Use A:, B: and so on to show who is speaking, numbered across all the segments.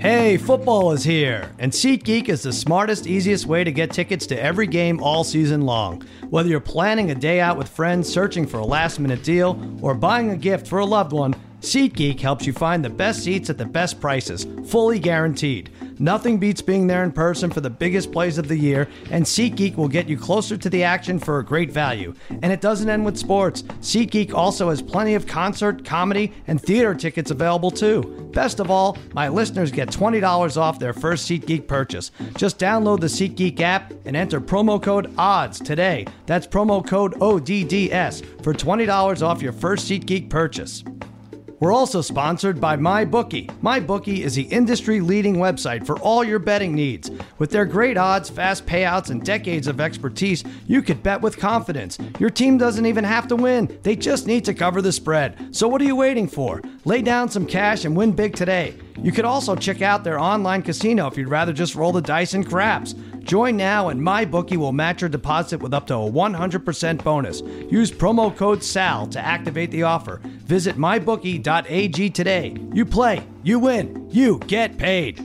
A: Hey, football is here, and SeatGeek is the smartest, easiest way to get tickets to every game all season long. Whether you're planning a day out with friends, searching for a last minute deal, or buying a gift for a loved one, SeatGeek helps you find the best seats at the best prices, fully guaranteed. Nothing beats being there in person for the biggest plays of the year, and SeatGeek will get you closer to the action for a great value. And it doesn't end with sports. SeatGeek also has plenty of concert, comedy, and theater tickets available too. Best of all, my listeners get $20 off their first SeatGeek purchase. Just download the SeatGeek app and enter promo code ODDS today. That's promo code ODDS for $20 off your first SeatGeek purchase. We're also sponsored by MyBookie. MyBookie is the industry leading website for all your betting needs. With their great odds, fast payouts, and decades of expertise, you could bet with confidence. Your team doesn't even have to win, they just need to cover the spread. So, what are you waiting for? Lay down some cash and win big today. You could also check out their online casino if you'd rather just roll the dice and craps. Join now and MyBookie will match your deposit with up to a 100% bonus. Use promo code SAL to activate the offer. Visit mybookie.ag today. You play, you win, you get paid.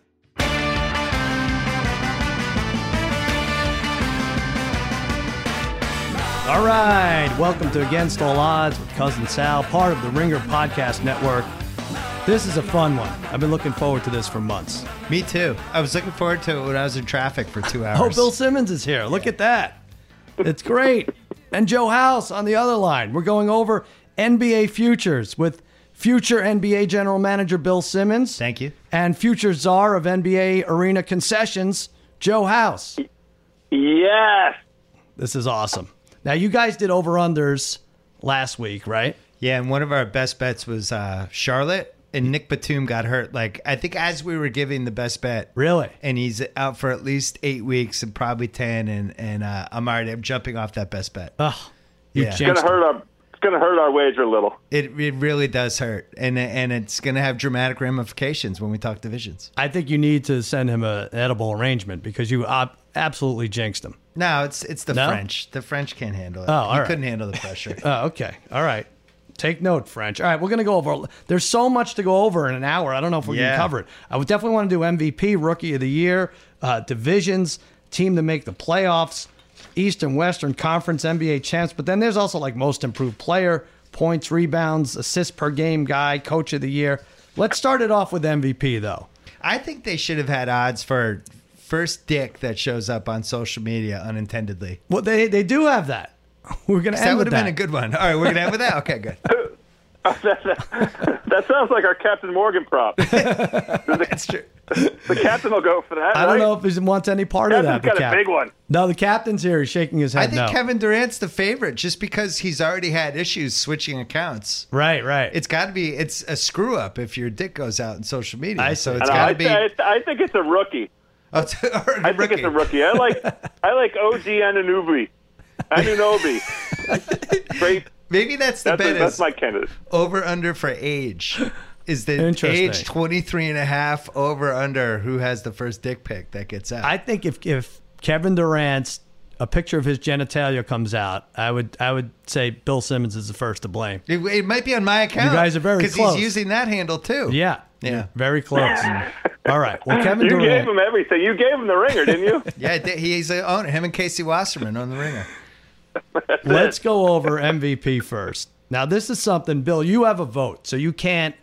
A: All right, welcome to Against All Odds with Cousin Sal, part of the Ringer Podcast Network. This is a fun one. I've been looking forward to this for months.
B: Me too. I was looking forward to it when I was in traffic for two hours.
A: Oh, Bill Simmons is here. Look at that. It's great. and Joe House on the other line. We're going over NBA futures with future NBA general manager Bill Simmons.
B: Thank you.
A: And future czar of NBA arena concessions, Joe House.
C: Yes.
A: This is awesome. Now, you guys did over unders last week, right?
B: Yeah, and one of our best bets was uh, Charlotte, and Nick Batum got hurt. Like I think as we were giving the best bet,
A: Really?
B: and he's out for at least eight weeks and probably ten. And and uh, I'm already I'm jumping off that best bet.
A: Ugh. You
B: Yeah. It's
C: It's
A: jinxed
C: gonna
A: it.
C: hurt our it's gonna hurt our wager a little.
B: It it really does hurt, and and it's gonna have dramatic ramifications when we talk divisions.
A: I think you need to send him a, an edible arrangement because you ob- absolutely jinxed him.
B: No, it's it's the
A: No?
B: French. The French can't handle it.
A: Oh, all
B: he
A: right.
B: couldn't handle the pressure.
A: Oh, okay. All right. Take note, French. All right, we're going to go over. There's so much to go over in an hour. I don't know if we
B: Yeah.
A: can cover it. I would definitely want to do MVP, Rookie of the Year, uh, divisions, team to make the playoffs, East and Western Conference NBA champs. But then there's also like most improved player, points, rebounds, assists per game guy, Coach of the Year. Let's start it off with MVP though.
B: I think they should have had odds for first dick that shows up on social media unintendedly.
A: Well, they they do have that. We're going to
B: That
A: end
B: would
A: with
B: have been a good one. All right, we're gonna end with that. Okay, good.
C: That sounds like our Captain Morgan prop.
B: That's true.
C: The captain will go for that.
A: I don't
C: right?
A: know if he wants any part
C: Captain's
A: of that.
C: got
A: the
C: a
A: captain.
C: big one.
A: No, the captain's here. He's shaking his head.
B: I think
A: no.
B: Kevin Durant's the favorite just because he's already had issues switching accounts.
A: Right, right.
B: It's got to be it's a screw up if your dick goes out in social media.
A: I
B: so
A: see.
B: it's
C: No,
B: got
C: I,
B: to be.
C: I, I think it's a rookie.
B: Oh, it's- or
C: I think it's a rookie. I like I like OG Anunobi. Anunobi. Great.
B: Maybe that's the
C: That's,
B: bet
C: that's
B: is
C: my candidate.
B: over under for age. Is the
A: Interesting.
B: age 23 and a half over under who has the first dick pic that gets out?
A: I think if if Kevin Durant's a picture of his genitalia comes out, I would I would say Bill Simmons is the first to blame.
B: it, it might be on my account.
A: guys are very
B: Because
A: close.
B: he's using that handle too.
A: Yeah,
B: Yeah.
A: very close. All right, well Kevin
C: You
A: Durant.
C: gave him everything. You gave him the ringer, didn't you?
B: Yeah, it did- he's the owner. Him and Casey Wasserman on the ringer.
A: let's go over MVP first. Now this is something, Bill. You have a vote, so you can't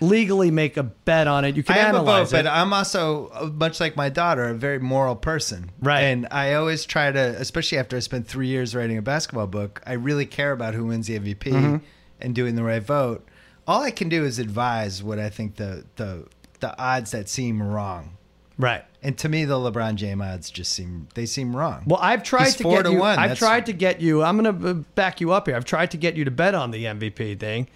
A: legally make a bet on it. You can
B: I have a vote,
A: analyze
B: but
A: it.
B: I'm also uh, much like my daughter, a very moral person.
A: Right.
B: And I always try to, especially after I spent three years writing a basketball book, I really care about who wins the MVP
A: Mm-hmm.
B: and doing the right vote. All I can do is advise what I think the the the odds that seem wrong.
A: right.
B: And to me, the LeBron James odds just seem they seem wrong.
A: Well, I've tried
B: He's
A: to
B: four
A: get
B: to
A: you.
B: one.
A: I've
B: That's-
A: tried to get you. I'm going to back you up here. I've tried to get you to bet on the MVP thing,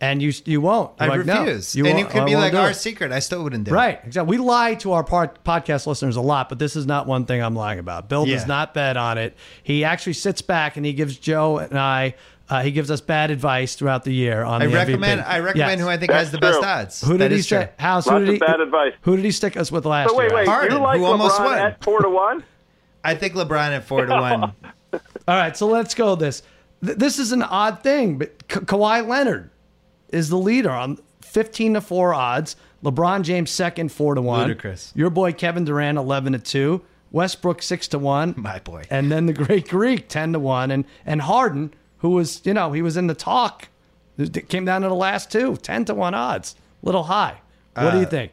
A: and you you won't.
B: I
A: You're like, no,
B: refuse.
A: you
B: and
A: won't-
B: you could
A: I
B: be
A: won't
B: like
A: do
B: our
A: it."
B: secret. I still wouldn't do it.
A: Right, exactly. We lie to our part, podcast listeners a lot, but this is not one thing I'm lying about. Bill
B: Yeah.
A: does not bet on it. He actually sits back and he gives Joe and I, uh, he gives us bad advice throughout the year on
B: I
A: the
B: recommend.
A: MVP.
B: I recommend
A: Yes.
B: who I think
C: That's
B: has the best
C: true.
B: odds.
A: Who
B: That
A: did he
B: is true.
A: say? House?
C: Lots
A: who did
C: of
A: he?
C: bad advice.
A: Who did he stick us with last
C: So wait,
A: year?
C: wait.
B: Harden,
C: you like
B: who almost
C: LeBron
B: won.
C: at four to one?
B: I think LeBron at four to one.
A: All right, so let's go with this. Th- this is an odd thing, but Ka- Kawhi Leonard is the leader on 15 to 4 odds. LeBron James second 4 to 1.
B: Ludicrous.
A: Your boy Kevin Durant 11 to 2. Westbrook 6 to 1.
B: My boy.
A: And then the great Greek 10 to 1 and and Harden who was, you know, he was in the talk It came down to the last two, 10 to 1 odds. Little high. What do you
B: Uh,
A: think?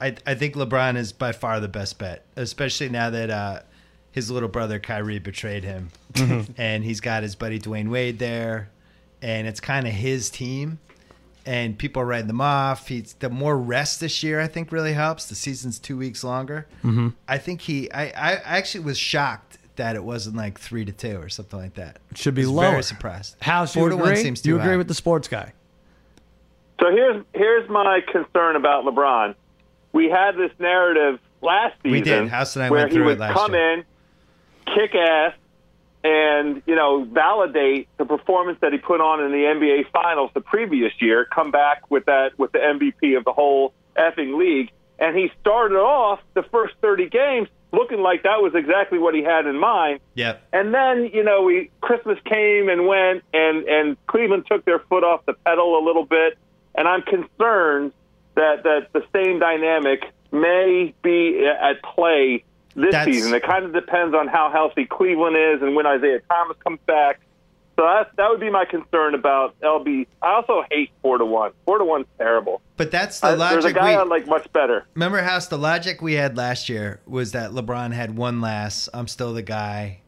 B: I, I think LeBron is by far the best bet, especially now that uh, his little brother Kyrie betrayed him,
A: Mm-hmm.
B: and he's got his buddy Dwayne Wade there, and it's kind of his team, and people are writing them off. He's the more rest this year, I think, really helps. The season's two weeks longer.
A: Mm-hmm.
B: I think he. I, I actually was shocked that it wasn't like three to two or something like that.
A: Should be
B: I was
A: lower.
B: Very surprised.
A: House, you
B: four to
A: agree?
B: one seems too
A: you agree
B: high.
A: with the sports guy?
C: So here's here's my concern about LeBron. We had this narrative last season
B: We did. House and I
C: where
B: went
C: he
B: through it
C: would
B: last
C: come
B: year.
C: in, kick ass, and you know validate the performance that he put on in the NBA Finals the previous year. Come back with that with the MVP of the whole effing league, and he started off the first thirty games looking like that was exactly what he had in mind.
B: Yep.
C: And then, you know, we Christmas came and went and and Cleveland took their foot off the pedal a little bit, and I'm concerned that that the same dynamic may be at play this
B: That's-
C: season. It kind of depends on how healthy Cleveland is and when Isaiah Thomas comes back. So that that would be my concern about LB. I also hate 4 to 1. 4 to 1's terrible.
B: But that's the
C: I,
B: logic.
C: Uh, there's a guy
B: we-
C: I like much better.
B: Remember, House, the logic we had last year was that LeBron had one last. I'm still the guy.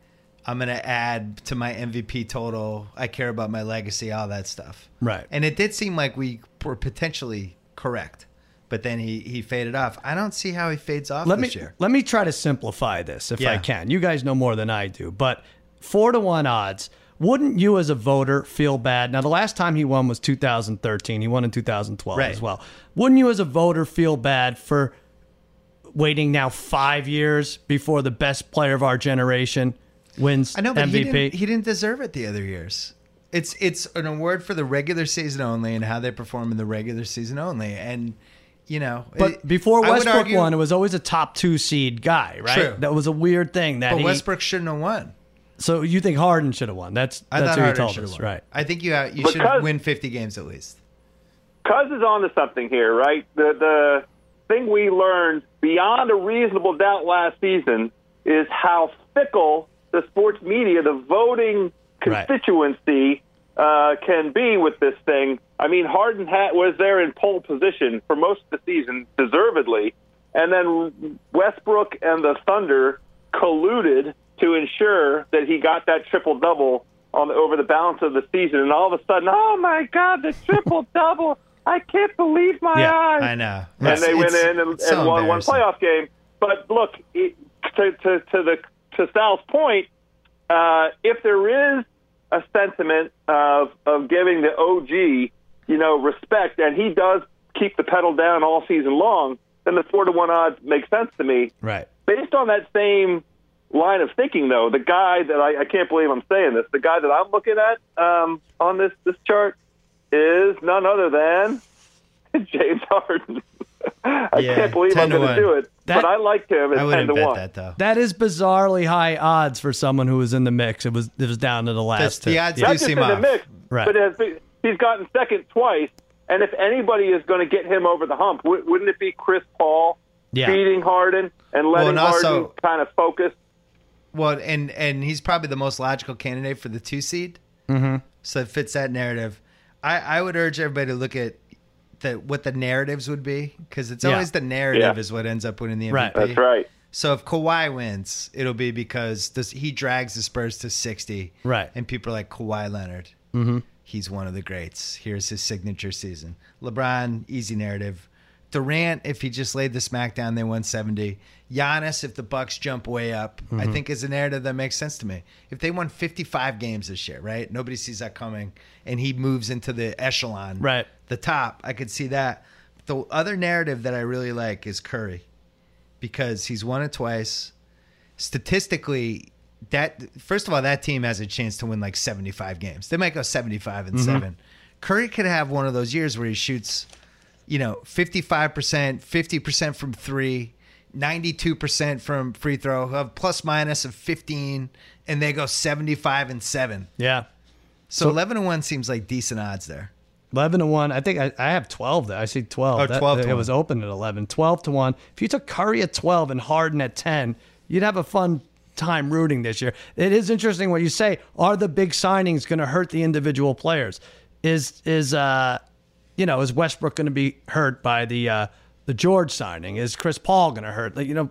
B: I'm going to add to my MVP total. I care about my legacy, all that stuff.
A: Right.
B: And it did seem like we were potentially correct, but then he, he faded off. I don't see how he fades off
A: let me
B: this year.
A: let me try to simplify this if I
B: Yeah.
A: can. You guys know more than I do, but four to one odds. Wouldn't you, as a voter, feel bad? Now, the last time he won was 2013. He won in 2012
B: Right.
A: as well. Wouldn't you, as a voter, feel bad for waiting now five years before the best player of our generation wins
B: I know, but
A: MVP?
B: He, didn't, he didn't deserve it the other years. It's it's an award for the regular season only and how they perform in the regular season only. And, you know,
A: but
B: it-
A: before
B: I would
A: Westbrook
B: argue-
A: won, it was always a top two seed guy, right?
B: True.
A: That was a weird thing. That
B: but
A: he-
B: Westbrook shouldn't have won.
A: So you think Harden should have won? That's
B: I
A: that's
B: thought
A: who you
B: Harden
A: told
B: should
A: us,
B: have won.
A: right?
B: I think you uh, you
C: Because-
B: should win 50 games at least.
C: Cuz is onto something here, right? The the thing we learned beyond a reasonable doubt last season is how fickle the sports media, the voting
A: Right.
C: constituency, uh, can be with this thing. I mean, Harden ha was there in pole position for most of the season, deservedly, and then Westbrook and the Thunder colluded to ensure that he got that triple double on over the balance of the season. And all of a sudden, oh my God, the triple double! I can't believe my
A: Yeah,
C: eyes
B: I know.
C: and they went in and, and won one playoff game. But look, it, to, to, to the to Sal's point, uh, if there is a sentiment of of giving the OG, you know, respect, and he does keep the pedal down all season long, then the four to one odds make sense to me.
A: Right.
C: Based on that same line of thinking, though, the guy that I, I can't believe I'm saying this, the guy that I'm looking at um, on this this chart is none other than James Harden. I
B: Yeah,
C: can't believe
B: 10
C: I'm
B: to
C: going to
B: one.
C: do it,
A: That-
C: but I liked him at
B: I
C: ten
B: wouldn't
C: to
B: bet
C: one.
B: that though.
A: That is bizarrely high odds for someone who was in the mix. It was it was down to the last
B: That's
A: two.
B: the odds
A: Yeah.
C: Not
B: do
C: just in
B: seem
C: the
B: off.
C: mix,
A: Right.
C: but it has been, he's gotten second twice. And if anybody is going to get him over the hump, w- wouldn't it be Chris Paul
A: Yeah.
C: feeding Harden and letting
B: and also-
C: Harden kind of focus?
B: Well, and and he's probably the most logical candidate for the two seed. Mm-hmm. So it fits that narrative. I I would urge everybody to look at the what the narratives would be because it's
A: Yeah.
B: always the narrative
C: Yeah.
B: is what ends up winning the MVP.
A: Right.
C: That's right.
B: So if Kawhi wins, it'll be because this, he drags the Spurs to 60.
A: Right.
B: And people are like, Kawhi Leonard, mm-hmm. he's one of the greats. Here's his signature season. LeBron, easy narrative. Durant, if he just laid the smack down, they won 70. Giannis, if the Bucks jump way up, I think is a narrative that makes sense to me. If they won 55 games this year, right? Nobody sees that coming. And he moves into the echelon.
A: Right.
B: the top. I could see that. The other narrative that I really like is Curry because he's won it twice. Statistically, that first of all, that team has a chance to win like 75 games. They might go 75
A: Mm-hmm.
B: and 7. Curry could have one of those years where he shoots, you know, 55%, 50% from 3, 92% from free throw, have plus minus of 15 and they go 75 and 7.
A: Yeah.
B: So, 11 and 1 seems like decent odds there.
A: 11 to 1. I think I, I have 12 there. I see 12.
B: Oh,
A: That-
B: 12 to
A: It was open at 11. 12 to 1. If you took Curry at 12 and Harden at 10, you'd have a fun time rooting this year. It is interesting what you say. Are the big signings going to hurt the individual players? Is, is, uh, you know, is Westbrook going to be hurt by the, uh, the George signing? Is Chris Paul going to hurt? Like, you know,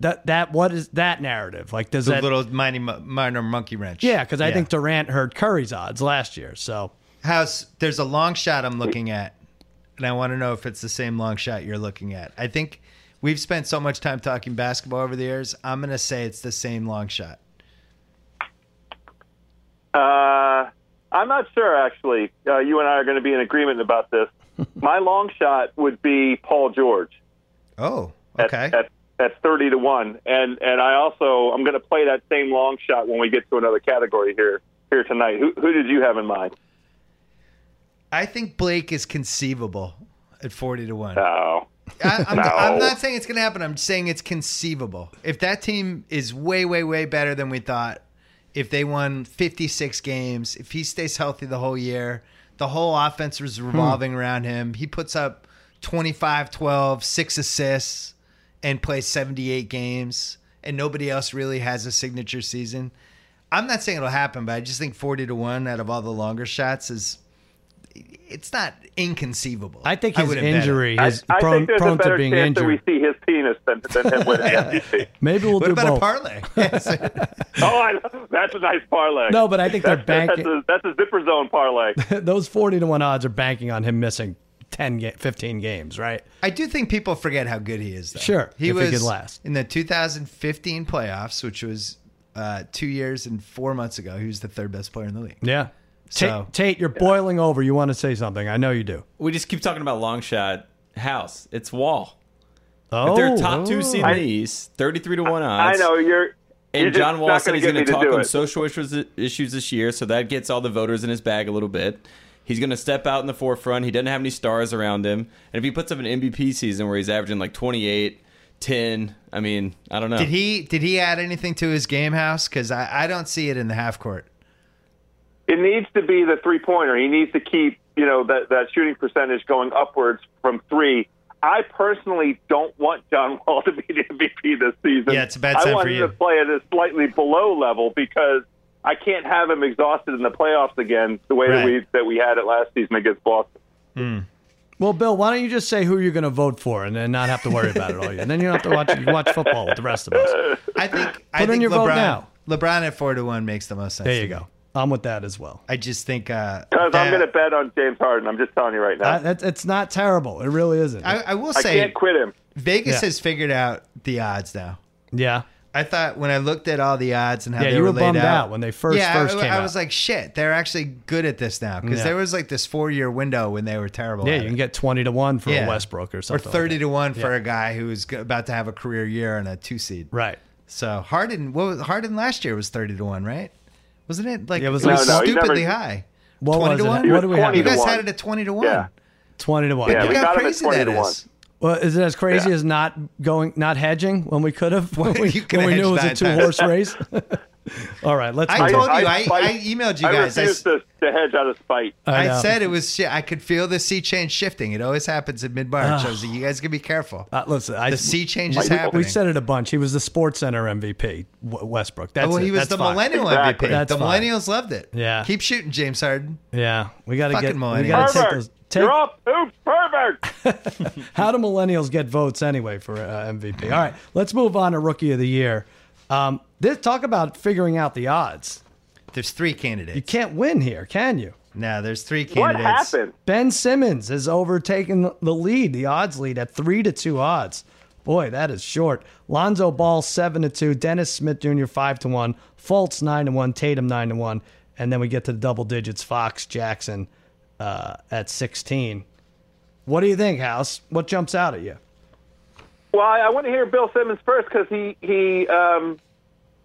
A: that, that, what is that narrative? Like, does
B: The
A: that,
B: little minor, minor monkey wrench.
A: yeah, because I think Durant hurt Curry's odds last year. So,
B: House, there's a long shot I'm looking at, and I want to know if it's the same long shot you're looking at. I think we've spent so much time talking basketball over the years. I'm going to say it's the same long shot.
C: Uh, I'm not sure, actually. Uh, you and I are going to be in agreement about this. My long shot would be Paul George
B: Oh,
C: at,
B: okay.
C: at, at 30 to 1. And, and I also, I'm going to play that same long shot when we get to another category here here tonight. Who, who did you have in mind?
B: I think Blake is conceivable at 40 to 1.
C: Oh.
B: I, I'm,
C: No.
B: I'm not saying it's going to happen. I'm saying it's conceivable. If that team is way, way, way better than we thought, if they won 56 games, if he stays healthy the whole year, the whole offense is revolving around him. He puts up 25, 12, six assists, and plays 78 games, and nobody else really has a signature season. I'm not saying it'll happen, but I just think 40 to 1 out of all the longer shots is. It's not inconceivable.
A: I think his
B: wouldn't bet it.
A: injury
C: I,
A: is
C: I
A: prone,
C: think there's a
A: prone to
C: better
A: being
C: chance
A: injured.
C: that we see his penis than, than him winning the MVP.
A: Maybe we'll
B: What
A: do
B: about
A: both.
B: a parlay? Yes.
C: Oh, I, that's a nice parlay.
A: No, but I think they're
C: That's- that's-
A: banking.
C: That's a, that's a zipper zone parlay.
A: Those 40 to 1 odds are banking on him missing 10 ga- 15 games, right?
B: I do think people forget how good he is. Though.
A: Sure,
B: he
A: if he
B: was
A: could last.
B: in the 2015 playoffs, which was uh, two years and four months ago. He was the third best player in the league.
A: Yeah.
B: So-
A: Tate, Tate, you're boiling over. You want to say something? I know you do.
D: We just keep talking about long shot house. It's Wall.
A: Oh,
D: They're top two
A: oh.
D: seed in the East, thirty-three to one
C: I
D: odds.
C: know you're. you're
D: And John
C: just
D: Wall
C: not
D: said
C: gonna
D: he's
C: get
D: going
C: me
D: to talk
C: do
D: on
C: it.
D: social issues, issues this year, so that gets all the voters in his bag a little bit. He's going to step out in the forefront. He doesn't have any stars around him. And if he puts up an MVP season where he's averaging like 28, 10, I mean, I don't know.
B: Did he? Did he add anything to his game house? Because I, I don't see it in the half court.
C: It needs to be the three pointer. He needs to keep you know that that shooting percentage going upwards from three. I personally don't want John Wall to be the MVP this season.
B: Yeah, it's a bad
C: I
B: sign
C: want
B: for
C: him
B: you.
C: to play at a slightly below level because I can't have him exhausted in the playoffs again the way that
B: Right.
C: we that we had it last season against Boston.
A: Well, Bill, why don't you just say who you're going to vote for and then not have to worry about it all year? And then you don't have to watch you watch football with the rest of us.
B: I think. I
A: Put in
B: think
A: your
B: LeBron,
A: vote now.
B: LeBron at four to one makes the most sense.
A: There you
B: to me.
A: go. I'm with that as well.
B: I just think. Uh,
C: Because
B: that-
C: I'm going to bet on James Harden. I'm just telling you right now.
A: Uh, that's it's not terrible. It really isn't.
B: I, I will
C: I
B: say
C: can't quit him.
B: Vegas
A: Yeah.
B: has figured out the odds now.
A: yeah.
B: I thought when I looked at all the odds and how
A: Yeah,
B: they
A: you were
B: laid
A: bummed
B: out,
A: out when they first-
B: yeah,
A: first
B: I,
A: came
B: I
A: out.
B: was like, shit, they're actually good at this now because
A: Yeah.
B: there was like this four year window when they were terrible.
A: Yeah,
B: at
A: you
B: it.
A: can get 20 to 1 for
B: Yeah.
A: a Westbrook or
B: or
A: something. like
B: thirty
A: that.
B: to one for a guy who was g- about to have a career year and a two seed.
A: Right.
B: So Harden, what was, Harden last year was thirty to one, right? Wasn't it like
A: Yeah, it was
B: it
A: like-
B: was
A: No,
C: no, he
B: stupidly
C: never-
B: high?
A: What
B: 20
A: was
B: to
A: it?
B: 1?
A: What do we
C: It was
A: have?
C: 20
B: You
C: to
B: guys
C: 1.
B: had it at twenty to one.
C: Yeah.
A: 20 to 1.
C: Yeah,
B: Look
C: we
B: how
C: got him at
B: crazy
C: 20
B: that
C: to 1.
B: is.
A: Well, is it as crazy
C: Yeah.
A: as not going, not hedging when we could have, when we,
B: You could
A: when we
B: hedge
A: knew it was a
B: nine
A: two horse race? All right, let's.
B: I
A: move
B: told
A: on.
B: you, I,
C: I-
B: I emailed you
C: I
B: guys. I
C: refuse
B: s- Uh,
C: to, to hedge out of spite.
A: I
B: I,
A: know.
B: said it was. shi- I could feel the sea change shifting. It always happens in mid March. I was like, you guys gotta be careful.
A: Uh, listen, I,
B: The sea change is
C: we- we
B: happening.
A: we said it a bunch. He was the Sports Center MVP, W- Westbrook. That's
B: well,
A: it.
B: Oh, he was
A: That's
B: the
A: fine.
B: millennial
C: Exactly.
B: MVP.
A: That's
B: the
A: fine.
B: millennials loved it.
A: Yeah.
B: Keep shooting, James Harden.
A: Yeah, we got to
B: Fucking
A: get. We
B: millennials.
A: got to take
C: Pervert.
A: those. Take,
C: You're off. Oops, pervert.
A: how do millennials get votes anyway for uh, MVP? All right, let's move on to Rookie of the Year. Um, this talk about figuring out the odds.
B: There's three
A: You
B: candidates.
A: can't win here, can you?
B: No, there's three
C: what
B: candidates.
C: happened?
A: Ben Simmons has overtaken the lead, the odds lead at three to two odds. Boy, that is short. Lonzo Ball seven to two, Dennis Smith Jr. five to one, Fultz nine to one, Tatum nine to one, and then we get to the double digits: Fox, Jackson, uh, at 16. What do you think, House? What jumps out at you?
C: Well, I, I want to hear Bill Simmons first because he he um,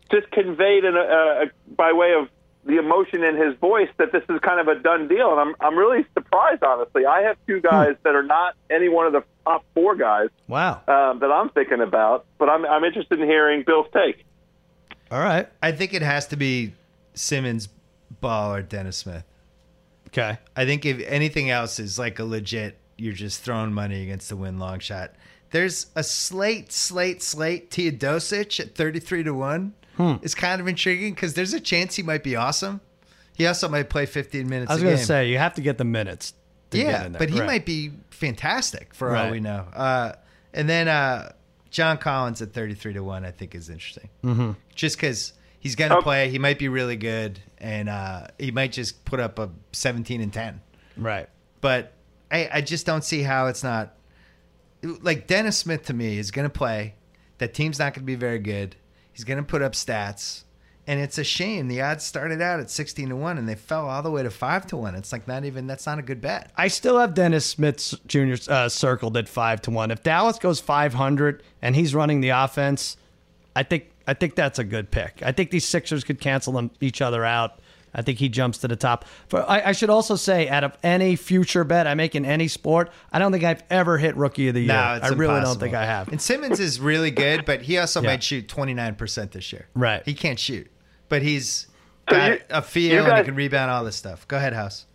C: just conveyed in a, a, by way of the emotion in his voice that this is kind of a done deal, and I'm I'm really surprised, honestly. I have two guys that are not any one of the top four guys
A: Wow.
C: um, that I'm thinking about, but I'm I'm interested in hearing Bill's take.
A: All right.
B: I think it has to be Simmons, Ball, or Dennis Smith.
A: Okay.
B: I think if anything else is like a legit, you're just throwing money against the win long shot. There's a slate, slate, slate. Teodosic at 33 to 1
A: Hmm.
B: is kind of intriguing because there's a chance he might be awesome. He also might play 15 minutes
A: I was
B: a
A: going to
B: game.
A: say, you have to get the minutes to get
B: yeah,
A: in there.
B: but he
A: Right.
B: might be fantastic for
A: Right.
B: all we know. Uh, and then uh, John Collins at 33 to 1, I think is interesting. Mm-hmm. Just because he's going to
C: Oh.
B: play, he might be really good, and uh, he might just put up a 17 and 10
A: Right.
B: but I, I just don't see how it's not like Dennis Smith to me is going to play. That team's not going to be very good. He's going to put up stats, and it's a shame the odds started out at sixteen to one and they fell all the way to five to one. It's like not even that's not a good bet.
A: I still have Dennis Smith Jr. Uh, circled at five to one. If Dallas goes five hundred and he's running the offense, I think I think that's a good pick. I think these Sixers could cancel them, each other out. I think he jumps to the top. But I, I should also say, out of any future bet I make in any sport, I don't think I've ever hit Rookie of the Year.
B: No, it's
A: I really don't
B: impossible.
A: think I have.
B: And Simmons is really good, but he also
A: Yeah.
B: might shoot twenty nine percent this year.
A: Right.
B: he can't shoot, but he's
C: So
B: got
C: you-
B: a feel
C: you
B: and he
C: guys-
B: can rebound all this stuff. Go ahead, House.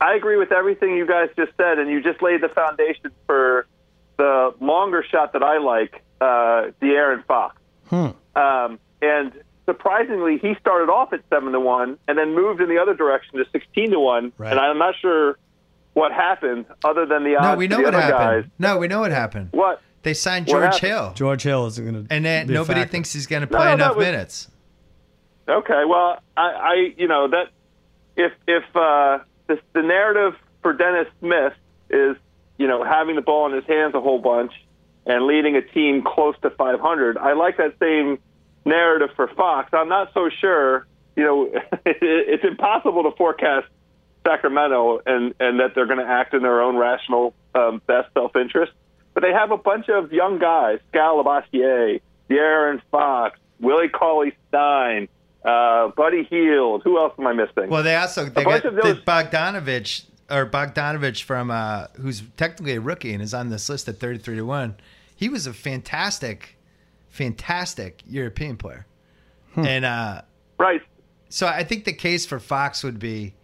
C: I agree with everything you guys just said, and you just laid the foundation for the longer shot that I like, uh, De'Aaron Fox.
B: Hmm.
C: Um, and surprisingly, he started off at seven to one, and then moved in the other direction to sixteen to one.
A: Right.
C: And I'm not sure what happened, other than the odds.
B: No, we know
C: to the
B: what
C: other
B: happened.
C: guys.
B: No, we know what happened.
C: What?
B: They signed
C: What
B: George
C: happened?
B: Hill.
A: George Hill is going to,
B: and then
A: be a
B: nobody
A: factor.
B: thinks he's going to
C: No,
B: play
C: no,
B: enough
C: that was-
B: minutes.
C: Okay, well, I, I you know that if if uh, this, the narrative for Dennis Smith is you know having the ball in his hands a whole bunch and leading a team close to 500, I like that same narrative for Fox. I'm not so sure. You know, it, it's impossible to forecast Sacramento and and that they're going to act in their own rational um, best self interest. But they have a bunch of young guys: Scalabassier, De'Aaron Fox, Willie Cauley Stein, uh, Buddy Heald. Who else am I missing?
B: Well, they also they got
C: bunch of those-
B: the Bogdanovich or Bogdanovich from uh, who's technically a rookie and is on this list at thirty three to one. He was a fantastic, fantastic European player,
A: Hmm.
B: and uh,
C: right.
B: so I think the case for Fox would be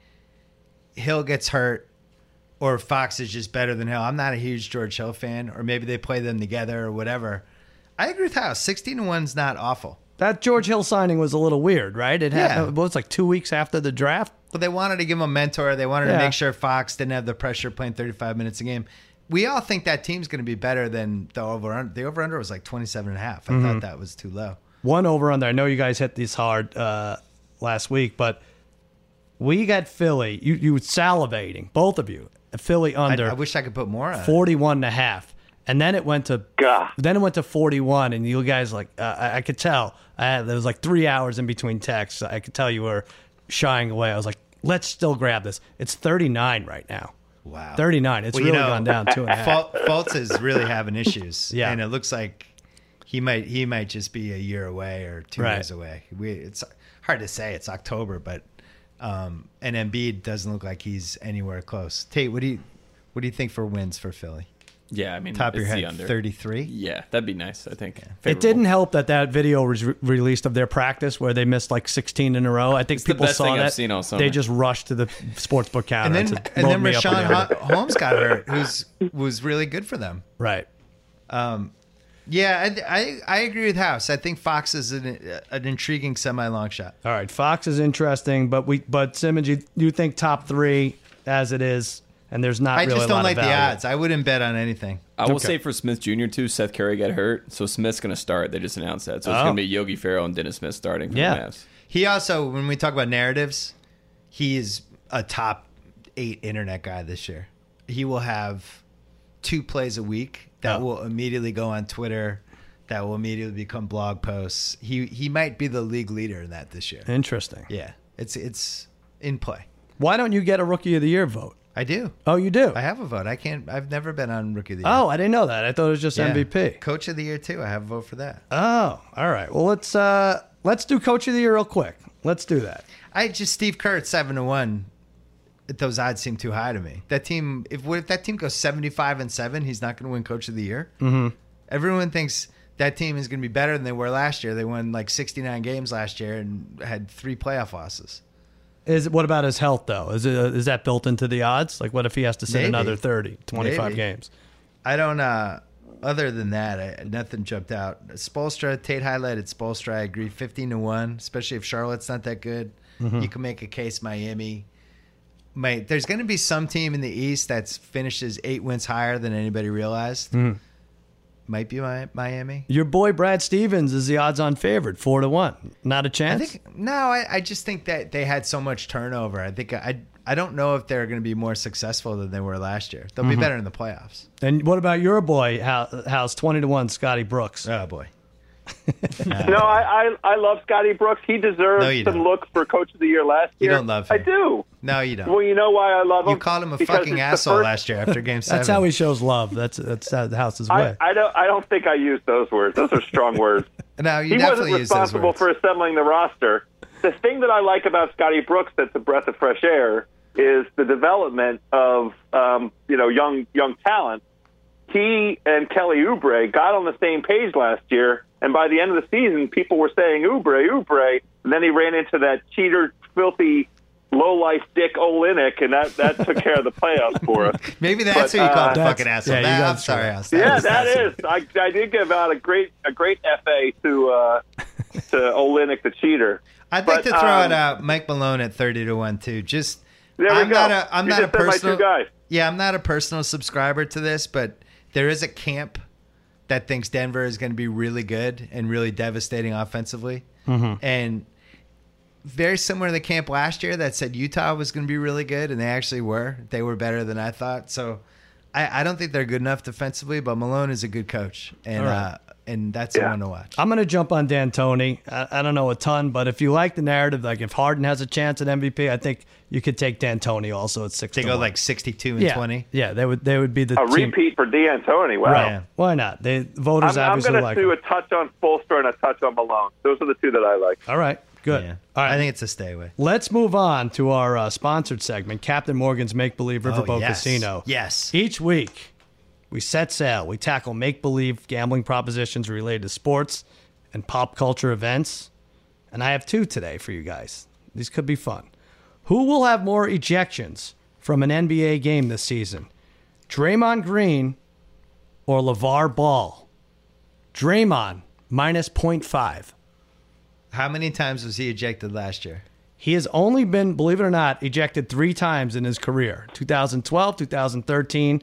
B: Hill gets hurt. Or Fox is just better than Hill. I'm not a huge George Hill fan, or maybe they play them together or whatever. I agree with House. 16 to 1's not awful.
A: that George Hill signing was a little weird, right? It happened.
B: Yeah.
A: It was like two weeks after the draft.
B: Well, they wanted to give him a mentor. They wanted
A: Yeah.
B: to make sure Fox didn't have the pressure playing 35 minutes a game. We all think that team's going to be better than the over under. The over under was like 27 and a half. I
A: Mm-hmm.
B: thought that was too low.
A: one over under. I know you guys hit these hard uh, last week, but we got Philly. You you were salivating, both of you. Philly
B: I,
A: under
B: I wish I could put more on. it.
A: 41 and a half. And then it went to
C: Gah.
A: then it went to 41 and you guys like uh, I, I could tell. Uh, there was like 3 hours in between texts. I could tell you were shying away. I was like, "Let's still grab this." It's 39 right now.
B: Wow.
A: 39. It's
B: Well, you
A: really
B: know,
A: gone down two and a half.
B: Fal- Fultz is really having issues.
A: Yeah.
B: and it looks like he might he might just be a year away or two
A: Right.
B: years away. We, it's hard to say. It's October, but um, and Embiid doesn't look like he's anywhere close. Tate, what do you what do you think for wins for Philly?
D: Yeah, I mean,
B: Top of your
D: it's the
B: head,
D: under.
B: thirty three.
D: Yeah, that'd be nice. I think
A: It didn't help that that video was re- released of their practice where they missed like 16 in a row. I think
D: the
A: people
D: best
A: saw
D: thing I've
A: that.
D: seen all summer.
A: They just rushed to the sportsbook counter
B: and then
A: to
B: and
A: load
B: then
A: me up
B: Rashawn
A: with everything.
B: Ho- Holmes got hurt, who's was really good for them.
A: Right.
B: Yeah, I, I I agree with House. I think Fox is an, an intriguing semi long shot.
A: All right. Fox is interesting, but we but Simmons, you, you think top three as it is, and there's not
B: I
A: really
B: just
A: a lot
B: don't
A: of
B: like the
A: value.
B: odds. I wouldn't bet on anything.
D: I will
A: Okay.
D: say for Smith Jr. too, Seth Curry got hurt, so Smith's going to start. They just announced that, so it's
A: Oh.
D: going to be Yogi Ferrell and Dennis Smith starting for
A: Yeah.
D: the Mavs.
B: He also, when we talk about narratives, he is a top eight internet guy this year. He will have two plays a week that
A: Oh.
B: will immediately go on Twitter, that will immediately become blog posts. He he might be the league leader in that this year.
A: Interesting.
B: Yeah, it's it's in play.
A: Why don't you get a rookie of the year vote?
B: I do.
A: Oh, you do?
B: I have a vote. I can't. I've never been on Rookie of the Year.
A: Oh, I didn't know that. I thought it was just
B: Yeah.
A: MVP.
B: Coach of the Year too. I have a vote for that.
A: Oh, all right. Well, let's uh let's do Coach of the Year real quick. Let's do that.
B: I just Steve Kerr at seven to one. Those odds seem too high to me. That team, if if that team goes seventy five and seven, he's not going to win Coach of the Year. Mm-hmm. Everyone thinks that team is going to be better than they were last year. They won like sixty nine games last year and had three playoff losses.
A: Is what about his health though? Is it, is that built into the odds? Like, what if he has to sit
B: Maybe.
A: another 30, 25
B: Maybe.
A: games?
B: I don't. uh Other than that, I, nothing jumped out. Spolstra, Tate highlighted Spolstra. I agree, fifteen to one. Especially if Charlotte's not that good, you can make a case Miami. Mate, there's going to be some team in the East that finishes eight wins higher than anybody realized. Might be Mi- Miami.
A: Your boy Brad Stevens is the odds-on favorite, four to one. Not a
B: I
A: chance.
B: think no. I, I just think that they had so much turnover. I think I. I don't know if they're going to be more successful than they were last year. They'll be better in the playoffs.
A: and what about your boy Hou- House twenty to one, Scotty Brooks?
B: Oh boy.
C: No, I, I I love Scotty Brooks. He deserves
B: Uh, No, you
C: some
B: don't.
C: look for Coach of the Year last
B: You
C: year.
B: don't love
C: I
B: him.
C: do.
B: No, you don't.
C: Well, you know why I love him.
B: You called him a
C: Because it's
B: fucking
C: the
B: asshole
C: first-
B: last year after game seven.
A: That's how he shows love. That's that's how the house's way.
C: I, I don't. I don't think I used those words. Those are strong words.
B: No, you
C: he
B: definitely
C: wasn't
B: used those
C: responsible
B: words.
C: for assembling the roster. The thing that I like about Scotty Brooks that's a breath of fresh air is the development of um, you know young young talent. He and Kelly Oubre got on the same page last year, and by the end of the season, people were saying Oubre, Oubre, and then he ran into that cheater, filthy, low life dick Olenek, and that that took care of the playoffs for us.
B: Maybe that's
C: But,
B: who you called a
A: uh,
B: fucking asshole.
A: yeah, you
B: Nah,
A: got
B: I'm
A: it
B: sorry,
A: straight.
B: House.
C: Yeah,
B: was
C: that
B: awesome.
C: is. I, I did give out a great a great FA to uh, to Olenek the cheater.
B: I'd
C: But,
B: like to throw
C: um,
B: it out Mike Malone at thirty to one too. Just
C: There we
B: I'm
C: go.
B: not a I'm
C: You
B: not a
C: just said my two
B: personal
C: guys.
B: Yeah, I'm not a personal subscriber to this, but there is a camp that thinks Denver is going to be really good and really devastating offensively,
A: Mm-hmm.
B: and very similar to the camp last year that said Utah was going to be really good, and they actually were. They were better than I thought. So I, I don't think they're good enough defensively, but Malone is a good coach, and
A: All right.
B: uh, and that's
C: Yeah.
B: someone to watch.
A: I'm going to jump on D'Antoni. I, I don't know a ton, but if you like the narrative, like if Harden has a chance at MVP, I think you could take D'Antoni also at six.
B: They
A: to
B: go
A: one.
B: like 62 and
A: yeah,
B: 20.
A: Yeah, they would. They would be the
C: A
A: team-
C: repeat for D'Antoni. Wow.
A: Right.
B: Yeah.
A: Why not? They voters
C: I'm, I'm
A: obviously
C: going to
A: like.
C: do a
A: him.
C: touch on Spolster and a touch on Malone. Those are the two that I like.
A: All right. Good.
B: Yeah.
A: All right.
B: I think it's a stay away.
A: Let's move on to our uh, sponsored segment, Captain Morgan's Make Believe Riverboat
B: Oh, yes.
A: Casino.
B: Yes.
A: Each week, we set sail. We tackle make believe gambling propositions related to sports and pop culture events. And I have two today for you guys. These could be fun. Who will have more ejections from an NBA game this season? Draymond Green or LeVar Ball? Draymond minus 0.5.
B: How many times was he ejected last year?
A: He has only been, believe it or not, ejected three times in his career 2012, 2013,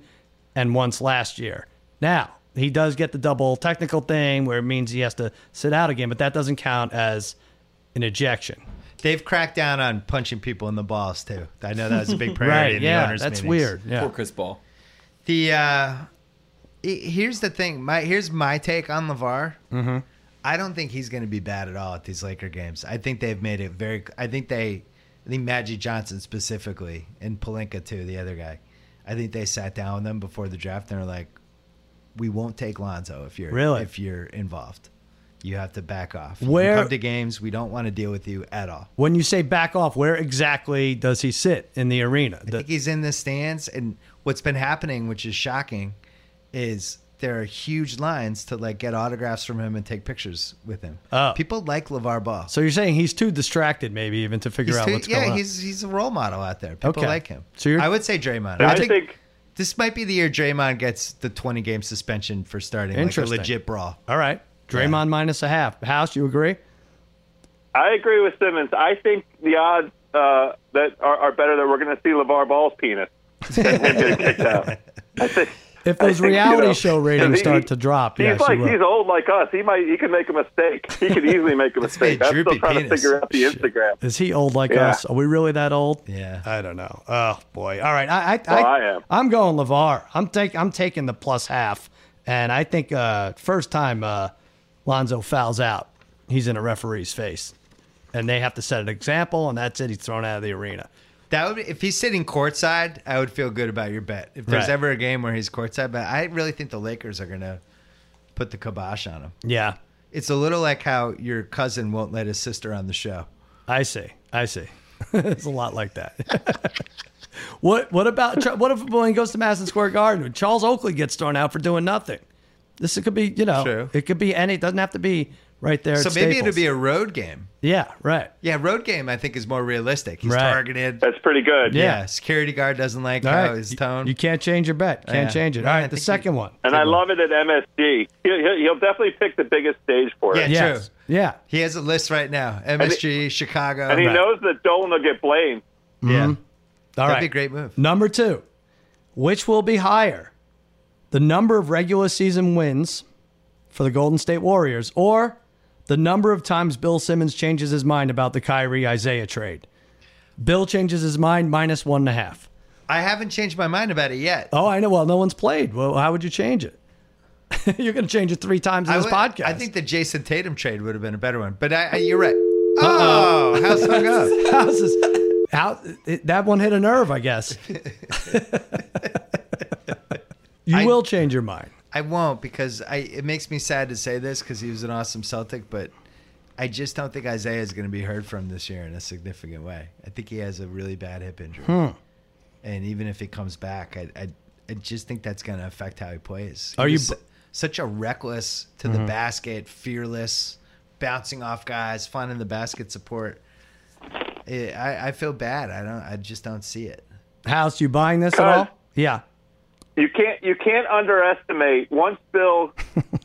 A: and once last year. Now, he does get the double technical thing where it means he has to sit out again, but that doesn't count as an ejection.
B: They've cracked down on punching people in the balls too. I know that was a big priority in the
A: yeah.
B: owners'
A: That's
B: meetings.
A: weird. Yeah.
D: Poor Chris Ball.
B: The uh, he- here's the thing. My here's my take on Levar. Mm-hmm. I don't think he's going to be bad at all at these Laker games. I think they've made it very. I think they. I think Magic Johnson specifically and Palinka too, the other guy. I think they sat down with them before the draft and are like, "We won't take Lonzo if you're
A: Really?
B: if you're involved. You have to back off. You
A: Where-
B: come to games, we don't want to deal with you at all."
A: When you say back off, where exactly does he sit in the arena?
B: I think he's in the stands, and what's been happening, which is shocking, is there are huge lines to like get autographs from him and take pictures with him.
A: Oh.
B: People like LeVar Ball.
A: so you're saying he's too distracted, maybe even to figure
B: He's
A: out
B: too-
A: what's going
B: yeah,
A: on.
B: he's he's a role model out there. People
A: Okay.
B: like him.
A: So you're-
B: I would say Draymond.
C: I think-
B: this might be the year Draymond gets the 20 game suspension for starting like, a
A: Interesting.
B: legit brawl.
A: All right. Draymond minus a half. House, you agree?
C: I agree with Simmons. I think the odds uh, that are, are better that we're going to see LeVar Ball's penis than him getting kicked out. I think.
A: If those
C: I think, you
A: reality
C: know,
A: show
C: 'cause
A: ratings
C: he-
A: start
C: he-
A: to drop,
C: he's
A: yes,
C: like
A: you will.
C: he's old like us. He might he could make a mistake. He could easily make a
B: It's a big
C: mistake. I'm still
B: droopy
C: trying to
B: penis.
C: figure out the
B: Shit.
C: Instagram.
A: Is he old like
C: Yeah.
A: us? Are we really that old?
B: Yeah.
A: I don't know. Oh boy. All right. I I,
C: Well, Oh, I am.
A: I'm going Levar. I'm take I'm taking the plus half, and I think uh, first time uh, Lonzo fouls out, he's in a referee's face, and they have to set an example, and that's it. He's thrown out of the arena.
B: That would be, if he's sitting courtside, I would feel good about your bet. If there's
A: Right.
B: ever a game where he's courtside, but I really think the Lakers are gonna put the kibosh on him.
A: Yeah,
B: It's a little like how your cousin won't let his sister on the show.
A: I see. I see. it's a lot like that. what What about Tra- what if when he goes to Madison Square Garden, when Charles Oakley gets thrown out for doing nothing? This could be, you know,
B: True.
A: it could be any. It doesn't have to be right there.
B: So maybe it'll be a road game.
A: yeah, right.
B: Yeah, road game I think is more realistic. He's
A: Right.
B: targeted.
C: That's pretty good.
A: Yeah.
B: Yeah. security guard doesn't like
A: All
B: how
A: right,
B: Oh, his
A: You-
B: tone.
A: You, can't change your bet. Can't
B: Yeah.
A: change it. All
B: Right, I
A: right, the
B: think you-
A: second one.
C: And I love it at MSG. He'll, he'll he'll definitely pick the biggest stage for it.
B: Yeah.
A: Yes.
B: True.
A: Yeah.
B: he has a list right now: MSG, Chicago.
C: And he
B: yeah,
C: knows that Dolan will get blamed.
A: Mm-hmm. All right.
B: that'd be a great move.
A: Number two, which will be higher, the number of regular season wins for the Golden State Warriors or the number of times Bill Simmons changes his mind about the Kyrie Isaiah trade? Bill changes his mind minus one and a half.
B: I haven't changed my mind about it yet.
A: Oh, I know. Well, no one's played. Well, how would you change it? You're going to change it three times in
B: I
A: this
B: would-
A: podcast.
B: I think the Jason Tatum trade would have been a better one, but I, I, you're right. Oh, how's hung up?
A: houses. How it, that one hit a nerve, I guess. you
B: I-
A: will change your mind.
B: I won't because I. It makes me sad to say this because he was an awesome Celtic, but I just don't think Isaiah is going to be heard from this year in a significant way. I think he has a really bad hip injury,
A: Hmm.
B: and even if he comes back, I, I, I just think that's going to affect how he plays. He
A: Are you
B: was
A: b- Mm-hmm.
B: su- such a reckless to the basket, fearless, bouncing off guys, finding the basket support? Eh, I, I feel bad. I don't. I just don't see it.
A: House, you buying this at
C: Guys.
A: all? Yeah.
C: You can't you can't underestimate once Bill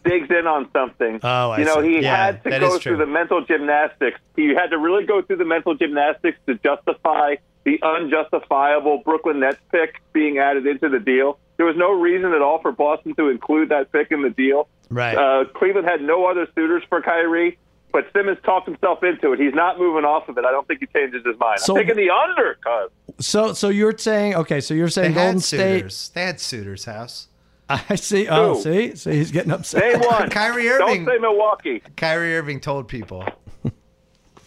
C: digs in on something.
A: Oh, I
C: you know
A: see.
C: he
B: Yeah,
C: had to
B: that
C: go
B: is
C: through
B: true.
C: the mental gymnastics. He had to really go through the mental gymnastics to justify the unjustifiable Brooklyn Nets pick being added into the deal. There was no reason at all for Boston to include that pick in the deal.
A: Right.
C: Uh, Cleveland had no other suitors for Kyrie, but Simmons talked himself into it. He's not moving off of it. I don't think he changes his mind.
A: So-
C: I'm taking the under, cuz.
A: So, so you're saying okay? So you're
B: They
A: saying Golden
B: had
A: State?
B: suitors. They had suitors' house.
A: I see. Oh,
C: Who?
A: see, see, he's getting upset.
C: Day one.
B: Kyrie Irving.
C: Don't say Milwaukee.
B: Kyrie Irving told people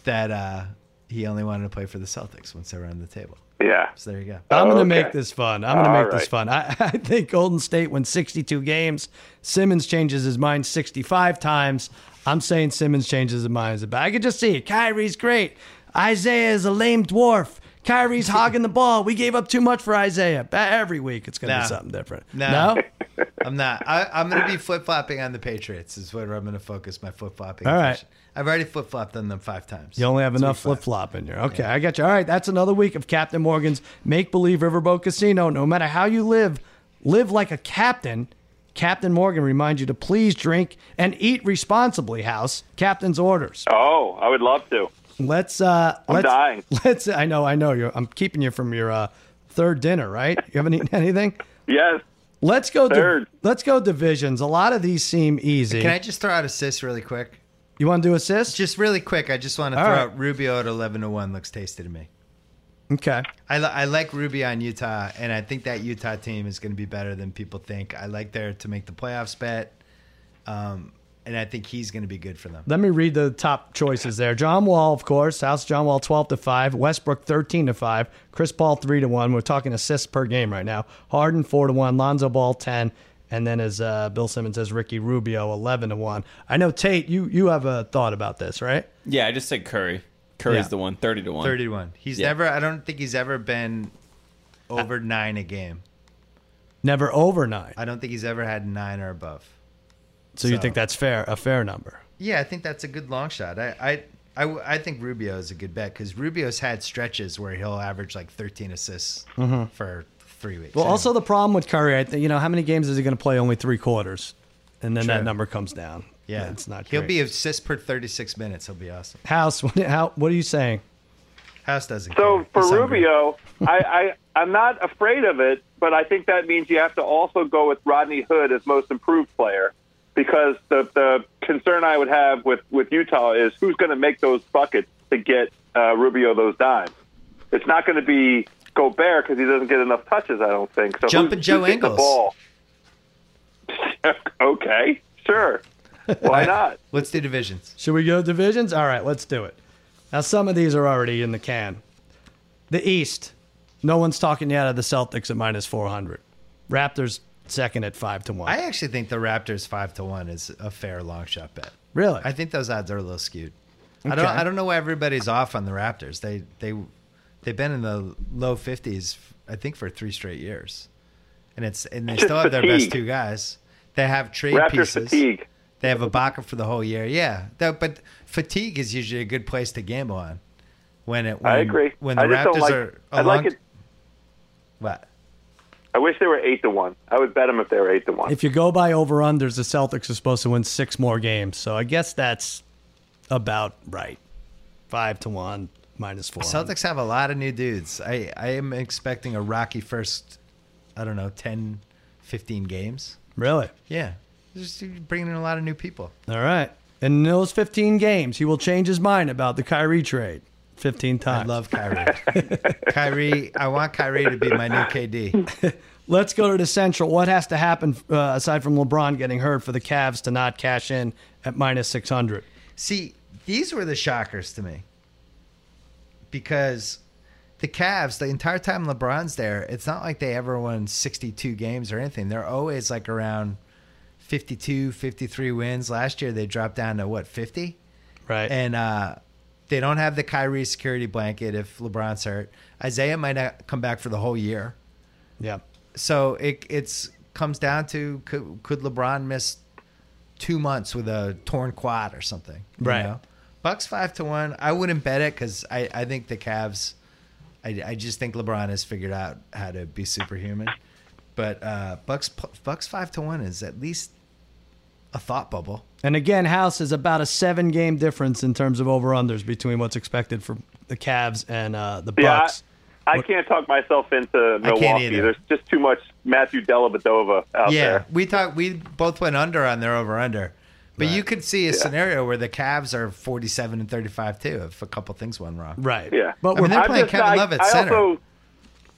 B: that uh, he only wanted to play for the Celtics once they were on the table.
C: Yeah.
B: So there you go.
A: I'm going to
C: Okay.
A: make this fun. I'm going to
C: All
A: make this
C: right.
A: fun. I, I think Golden State wins 62 games. Simmons changes his mind 65 times. I'm saying Simmons changes his mind. But I could just see it. Kyrie's great. Isaiah is a lame dwarf. Kyrie's hogging the ball. We gave up too much for Isaiah. Ba- Every week it's going to
B: No.
A: be something different.
B: No.
A: no?
B: I'm not. I, I'm going to be flip flopping on the Patriots. Is where I'm going to focus my flip flopping.
A: All right.
B: I've already flip flopped on them five times.
A: You only have
B: It's
A: enough
B: week
A: flip
B: five.
A: flop in here. Okay, I got you. All right, that's another week of Captain Morgan's Make Believe Riverboat Casino. No matter how you live, live like a captain. Captain Morgan reminds you to please drink and eat responsibly. House captain's orders.
C: Oh, I would love to.
A: Let's. uh I'm let's,
C: dying.
A: Let's. I know. I know. You're. I'm keeping you from your uh third dinner. Right? You haven't eaten anything.
C: Yes.
A: Let's go. div-
C: Third.
A: let's go divisions. A lot of these seem easy.
B: Can I just throw out assists really quick?
A: you want to do assist?
B: Just really quick. I just want to
A: All
B: throw
A: right.
B: out Rubio at 11 to one. Looks tasty to me.
A: Okay.
B: I, li- I like Rubio on Utah, and I think that Utah team is going to be better than people think. I like their to make the playoffs bet, um, and I think he's going to be good for them.
A: Let me read the top choices there. John Wall, of course. House John Wall, twelve to five. Westbrook, thirteen to five. Chris Paul, three to one. We're talking assists per game right now. Harden, four to one. Lonzo Ball, ten. And then as uh, Bill Simmons says, Ricky Rubio, eleven to one. I know Tate. You you have a thought about this, right?
D: Yeah, I just said Curry. Curry's
A: Yeah.
D: the one, 30 to 1.
B: 31. He's
D: Yeah.
B: never. I don't think he's ever been over nine a game.
A: Never over nine.
B: I don't think he's ever had nine or above.
A: So you
B: so-
A: think that's fair? A fair number.
B: Yeah, I think that's a good long shot. I I I, w- I think Rubio is a good bet because Rubio's had stretches where he'll average like 13 assists for three weeks.
A: Mm-hmm. Well,
B: Anyway.
A: also the problem with Curry, I think, you know, how many games is he going to play? Only three quarters, and then that
B: True.
A: number comes down.
B: yeah,
A: it's not.
B: He'll
A: great.
B: be assist per 36 minutes. He'll be awesome.
A: house. What, how, what are you saying?
B: House doesn't.
C: So
B: care.
C: for
B: He's hungry.
C: Rubio, I, I I'm not afraid of it, but I think that means you have to also go with Rodney Hood as most improved player because the the concern I would have with with Utah is who's going to make those buckets to get uh, Rubio those dimes. It's not going to be Gobert because he doesn't get enough touches. I don't think. So
B: Jumping
C: who's,
B: Joe
C: who's getting the
B: Ingles.
C: ball? okay, sure. Why not?
B: Let's do divisions.
A: Should we go divisions? All right, let's do it. Now, some of these are already in the can. The East, No one's talking yet of the Celtics at minus 400. Raptors second at 5 to 1.
B: I actually think the Raptors five to one is a fair long shot bet.
A: really?
B: I think those odds are a little skewed. I don't.
A: Okay.
B: I don't know why everybody's off on the Raptors. They they they've been in the low fifties, I think, for three straight years, and it's and they
C: It's just
B: still have their best
C: fatigue.
B: two guys. They have trade
C: Raptors
B: pieces.
C: fatigue.
B: They have Ibaka for the whole year. Yeah, that, but fatigue is usually a good place to gamble on. When it, when,
C: I agree.
B: When the
C: I just
B: Raptors
C: don't like,
B: are,
C: I
B: along,
C: like it.
B: What?
C: I wish they were eight to one. I would bet them if they were eight to one.
A: if you go by over unders, the Celtics are supposed to win six more games. So I guess that's about right. 5 to 1 minus 4.
B: Celtics have a lot of new dudes. I, I am expecting a rocky first, I don't know, 10, 15 games.
A: Really?
B: Yeah. Just bringing in a lot of new people.
A: All right. In those 15 games, he will change his mind about the Kyrie trade 15
B: I
A: times.
B: love Kyrie. Kyrie, I want Kyrie to be my new KD.
A: Let's go to the Central. What has to happen uh, aside from LeBron getting hurt for the Cavs to not cash in at minus 600?
B: See, these were the shockers to me because the Cavs, the entire time LeBron's there, it's not like they ever won 62 games or anything. They're always like around 52, 53 wins. Last year, they dropped down to what, 50?
A: Right.
B: And uh, they don't have the Kyrie security blanket if LeBron's hurt. Isaiah might not come back for the whole year.
A: yeah.
B: So it it's comes down to could, could LeBron miss two months with a torn quad or something? you
A: Right.
B: know? Bucks five to one. I wouldn't bet it because I, I think the Cavs. I, I just think LeBron has figured out how to be superhuman. But uh, Bucks pl- Bucks five to one is at least a thought bubble.
A: And again, House is about a seven game difference in terms of over unders between what's expected for the Cavs and uh, the
C: Yeah,
A: Bucks.
C: I, I can't talk myself into Milwaukee.
B: either.
C: There's just too much Matthew Dellavedova out
B: yeah,
C: there.
B: we thought we both went under on their over under, but you could see a scenario where the Cavs are forty seven and thirty five too if a couple things went wrong.
A: right.
C: Yeah,
A: But we're
B: I mean, they're
C: I'm
B: playing
C: just
B: Kevin
C: not-
B: Love at
C: I
B: center.
C: also,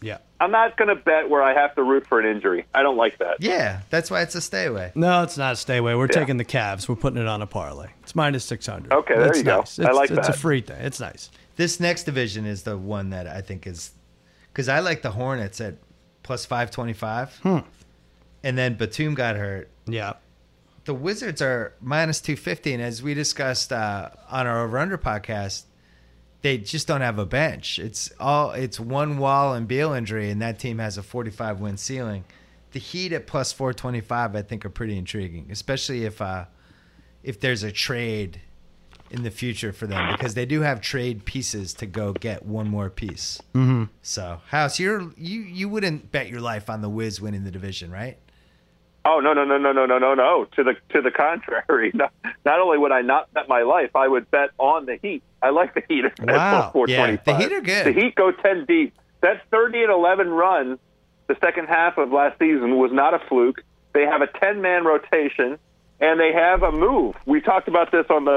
A: yeah.
C: I'm not going to bet where I have to root for an injury. I don't like that.
B: Yeah, that's why it's a stay away.
A: No, it's not a stay away. We're
C: Yeah.
A: taking the Cavs. We're putting it on a parlay. It's minus 600.
C: Okay, there
A: That's
C: you go.
A: nice.
C: I
A: It's,
C: like
A: It's a
C: that.
A: free thing. It's nice.
B: This next division is the one that I think is because I like the Hornets at plus five twenty five, and then Batum got hurt.
A: Yeah.
B: The Wizards are minus two fifty, and as we discussed uh, on our over under podcast, they just don't have a bench. It's all it's one Wall and Beal injury, and that team has a forty five win ceiling. The Heat at plus four twenty five, I think, are pretty intriguing, especially if uh, if there's a trade in the future for them because they do have trade pieces to go get one more piece. Mm-hmm. So, House, you're you you wouldn't bet your life on the Wiz winning the division, right?
C: Oh no no no no no no no no! To the to the contrary, not, not only would I not bet my life, I would bet on the Heat. I like the Heat at
A: Wow.
C: four
B: Yeah,
C: twenty
B: the
C: five.
B: Heat are good.
C: The Heat go ten deep. That thirty and eleven run, the second half of last season was not a fluke. They have a ten man rotation, and they have a move. We talked about this on the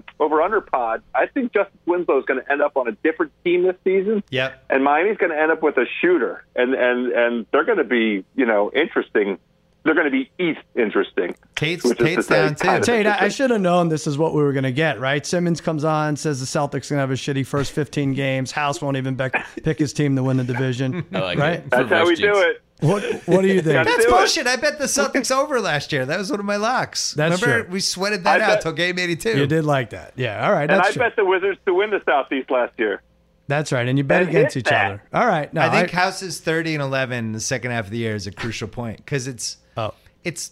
C: um, over under pod. I think Justice Winslow is going to end up on a different team this season.
B: Yep.
C: And Miami's going to end up with a shooter, and and and they're going to be you know interesting. They're going to be East interesting.
B: Tate's
C: Which is
B: Tate's
C: to say,
B: down
C: kind
B: too.
C: of-
A: Tate, I, I should have known this is what we were going to get, right? Simmons comes on, says the Celtics going to have a shitty first 15 games. House won't even bec- pick his team to win the division.
D: I like
A: right?
D: it.
C: That's how we
D: Reverse
C: do
D: jinx.
C: it.
A: What What do you think?
C: Yeah.
B: That's
C: Do it.
B: bullshit. I bet the Celtics over last year. That was one of my locks.
A: That's
B: Remember,
A: true.
B: we sweated that
C: I
B: out
C: bet-
B: till game 82.
A: you did like that. Yeah. All right.
C: And
A: That's
C: I
A: true.
C: bet the Wizards to win the Southeast last year.
A: That's right. And you bet
C: And
A: against
C: hit
A: each
C: that.
A: other. All right. No,
B: I think houses 30 and 11 in the second half of the year is a crucial point because it's
A: oh,
B: it's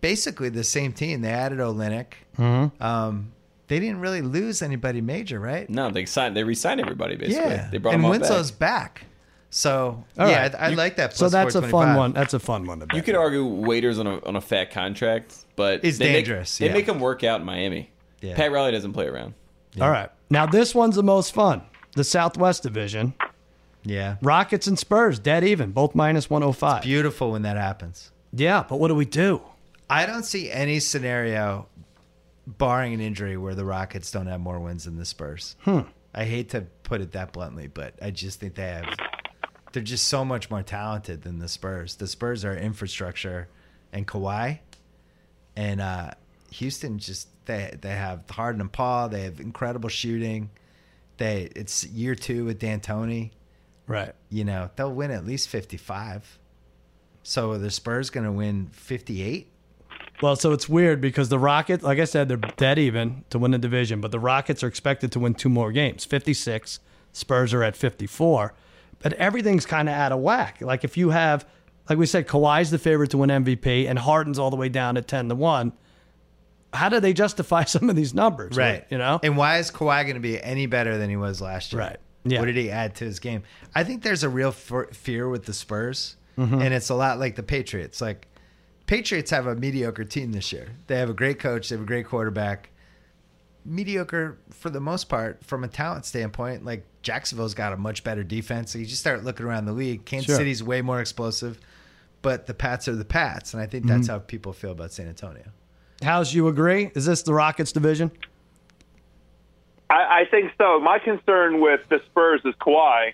B: basically the same team. They added Olenek.
A: Mm-hmm.
B: Um, they didn't really lose anybody major, right?
D: No, they signed. They re-signed everybody basically.
B: yeah.
D: They brought
B: and
D: them all
B: Winslow's
D: back.
B: back. So,
A: All
B: yeah,
A: right.
B: I, I
A: You-
B: like that.
A: so
B: plus
A: that's a fun
B: 425.
A: one. That's a fun one to bet.
D: You could argue waiters on a on a fat contract, but
B: It's
D: they make-
B: dangerous,
D: They
B: yeah.
D: make them work out in Miami.
B: Yeah.
D: Pat Riley doesn't play around.
A: All right. Now this one's the most fun. The Southwest Division,
B: Yeah.
A: Rockets and Spurs, dead even, both minus 105.
B: Beautiful when that happens.
A: Yeah, but what do we do?
B: I don't see any scenario, barring an injury, where the Rockets don't have more wins than the Spurs. I hate to put it that bluntly, but I just think they have. They're just so much more talented than the Spurs. The Spurs are infrastructure and Kawhi, and uh, Houston just they they have Harden and Paul. They have incredible shooting. They it's year two with D'Antoni.
A: Right.
B: you know, they'll win at least 55. So are the Spurs going to win 58?
A: Well, so it's weird because the Rockets, like I said, they're dead even to win the division, but the Rockets are expected to win two more games 56. Spurs are at 54. But everything's kind of out of whack. Like if you have, like we said, Kawhi's the favorite to win MVP and Harden's all the way down at 10 to 1. How do they justify some of these numbers? You know?
B: And why is Kawhi going to be any better than he was last year?
A: Right. Yeah.
B: What did he add to his game? I think there's a real f- fear with the Spurs,
A: Mm-hmm.
B: and it's a lot like the Patriots. Like, Patriots have a mediocre team this year. They have a great coach, they have a great quarterback. Mediocre for the most part from a talent standpoint. Like, Jacksonville's got a much better defense. So you just start looking around the league. Kansas
A: Sure.
B: City's way more explosive, but the Pats are the Pats. And I think
A: Mm-hmm.
B: that's how people feel about San Antonio.
A: How's you agree? Is this the Rockets division?
C: I, I think so. My concern with the Spurs is Kawhi,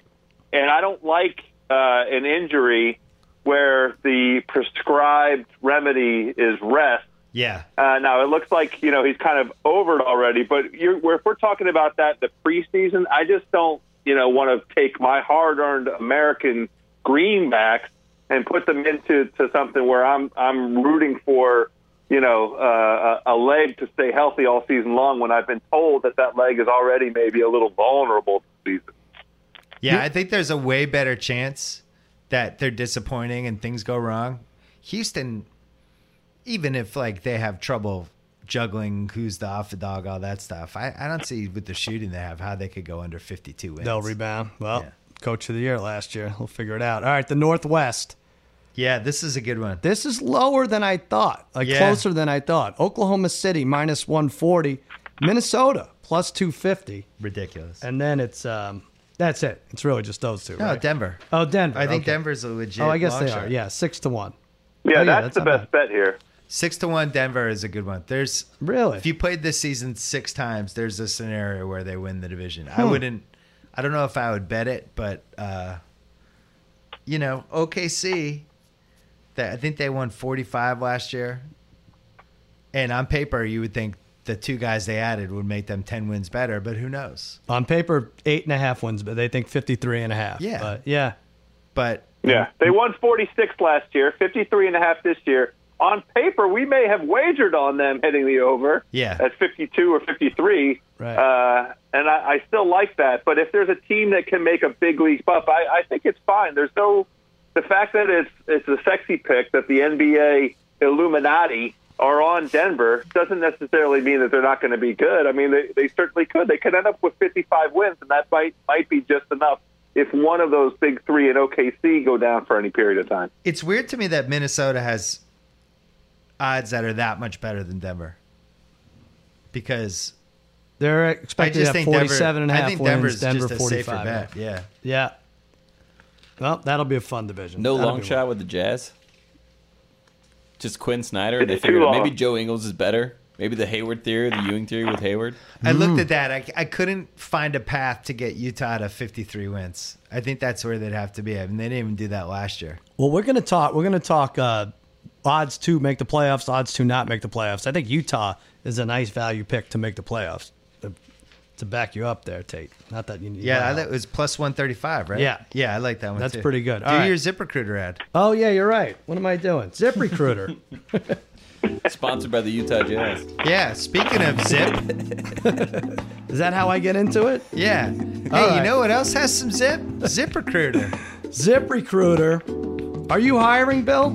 C: and I don't like uh, an injury where the prescribed remedy is rest.
B: Yeah.
C: Uh, now it looks like you know he's kind of over it already. But you're, we're- if we're talking about that in the preseason, I just don't you know want to take my hard-earned American greenbacks and put them into to something where I'm I'm rooting for you know uh, a a leg to stay healthy all season long when I've been told that that leg is already maybe a little vulnerable this season.
B: Yeah, I think there's a way better chance that they're disappointing and things go wrong. Houston, even if like they have trouble juggling who's the off the dog, all that stuff, I, I don't see with the shooting they have how they could go under 52 wins.
A: They'll rebound. Well,
B: Yeah.
A: coach of the year last year. We'll figure it out. All right, the Northwest.
B: yeah, this is a good one.
A: This is lower than I thought, like
B: Yeah.
A: closer than I thought. Oklahoma City minus 140, Minnesota plus 250,
B: Ridiculous.
A: and then it's um that's it. It's really just those two.
B: no,
A: right?
B: Denver.
A: oh, Denver.
B: I think
A: okay.
B: Denver's a legit.
A: Oh, I guess
B: long
A: they
B: shot.
A: are. Yeah, six to one. Oh,
C: Yeah,
A: yeah, that's
C: that's, the
A: not
C: best bet here.
B: Six to one, Denver is a good one. There's
A: Really?
B: if you played this season six times, there's a scenario where they win the division. I
A: Hmm.
B: wouldn't. I don't know if I would bet it, but uh, you know, OKC. That I think they won 45 last year, and on paper, you would think the two guys they added would make them 10 wins better, but who knows?
A: On paper, eight and a half wins, but they think 53 and a half.
B: Yeah.
A: But yeah.
B: But
C: Yeah, they won 46 last year, 53 and a half this year. On paper, we may have wagered on them hitting the over
B: Yeah.
C: at 52 or 53.
A: Right.
C: Uh, and I, I still like that. But if there's a team that can make a big league buff, I, I think it's fine. There's no the fact that it's it's a sexy pick that the NBA Illuminati are on Denver doesn't necessarily mean that they're not going to be good. I mean, they, they certainly could. They could end up with 55 wins, and that might might be just enough if one of those big three in OKC go down for any period of time.
B: it's weird to me that Minnesota has odds that are that much better than Denver, because
A: They're
B: I
A: expected
B: just
A: to have
B: think
A: 47 and a
B: Denver,
A: half
B: I think
A: wins.
B: Denver's
A: Denver
B: just a
A: 45.
B: safer bet. Yeah.
A: Yeah. Well, that'll be a fun division.
D: No
A: That'll
D: long
A: be
D: shot with the Jazz. Just Quinn Snyder.
C: It's
D: They
C: too
D: figured out
C: long.
D: maybe Joe Ingles is better. Maybe the Hayward theory, the Ewing theory with Hayward.
B: I looked at
A: Mm.
B: that. I, I couldn't find a path to get Utah to 53 wins. I think that's where they'd have to be. I mean, they didn't even do that last year.
A: Well, we're gonna talk. We're gonna talk uh, odds to make the playoffs, odds to not make the playoffs. I think Utah is a nice value pick to make the playoffs to, to back you up there, Tate. Not that you need.
B: Yeah,
A: wow.
B: I, it was plus 135, right?
A: Yeah.
B: Yeah, I like that one.
A: That's
B: too.
A: pretty good.
B: Do
A: All right.
B: your ZipRecruiter ad.
A: oh yeah, you're right. What am I doing? Zip Recruiter.
D: Sponsored by the Utah Jazz.
B: Yeah, speaking of Zip,
A: is that how I get into it?
B: yeah. Hey, you
A: right.
B: know what else has some Zip? ZipRecruiter.
A: Zip Recruiter. Are you hiring, Bill?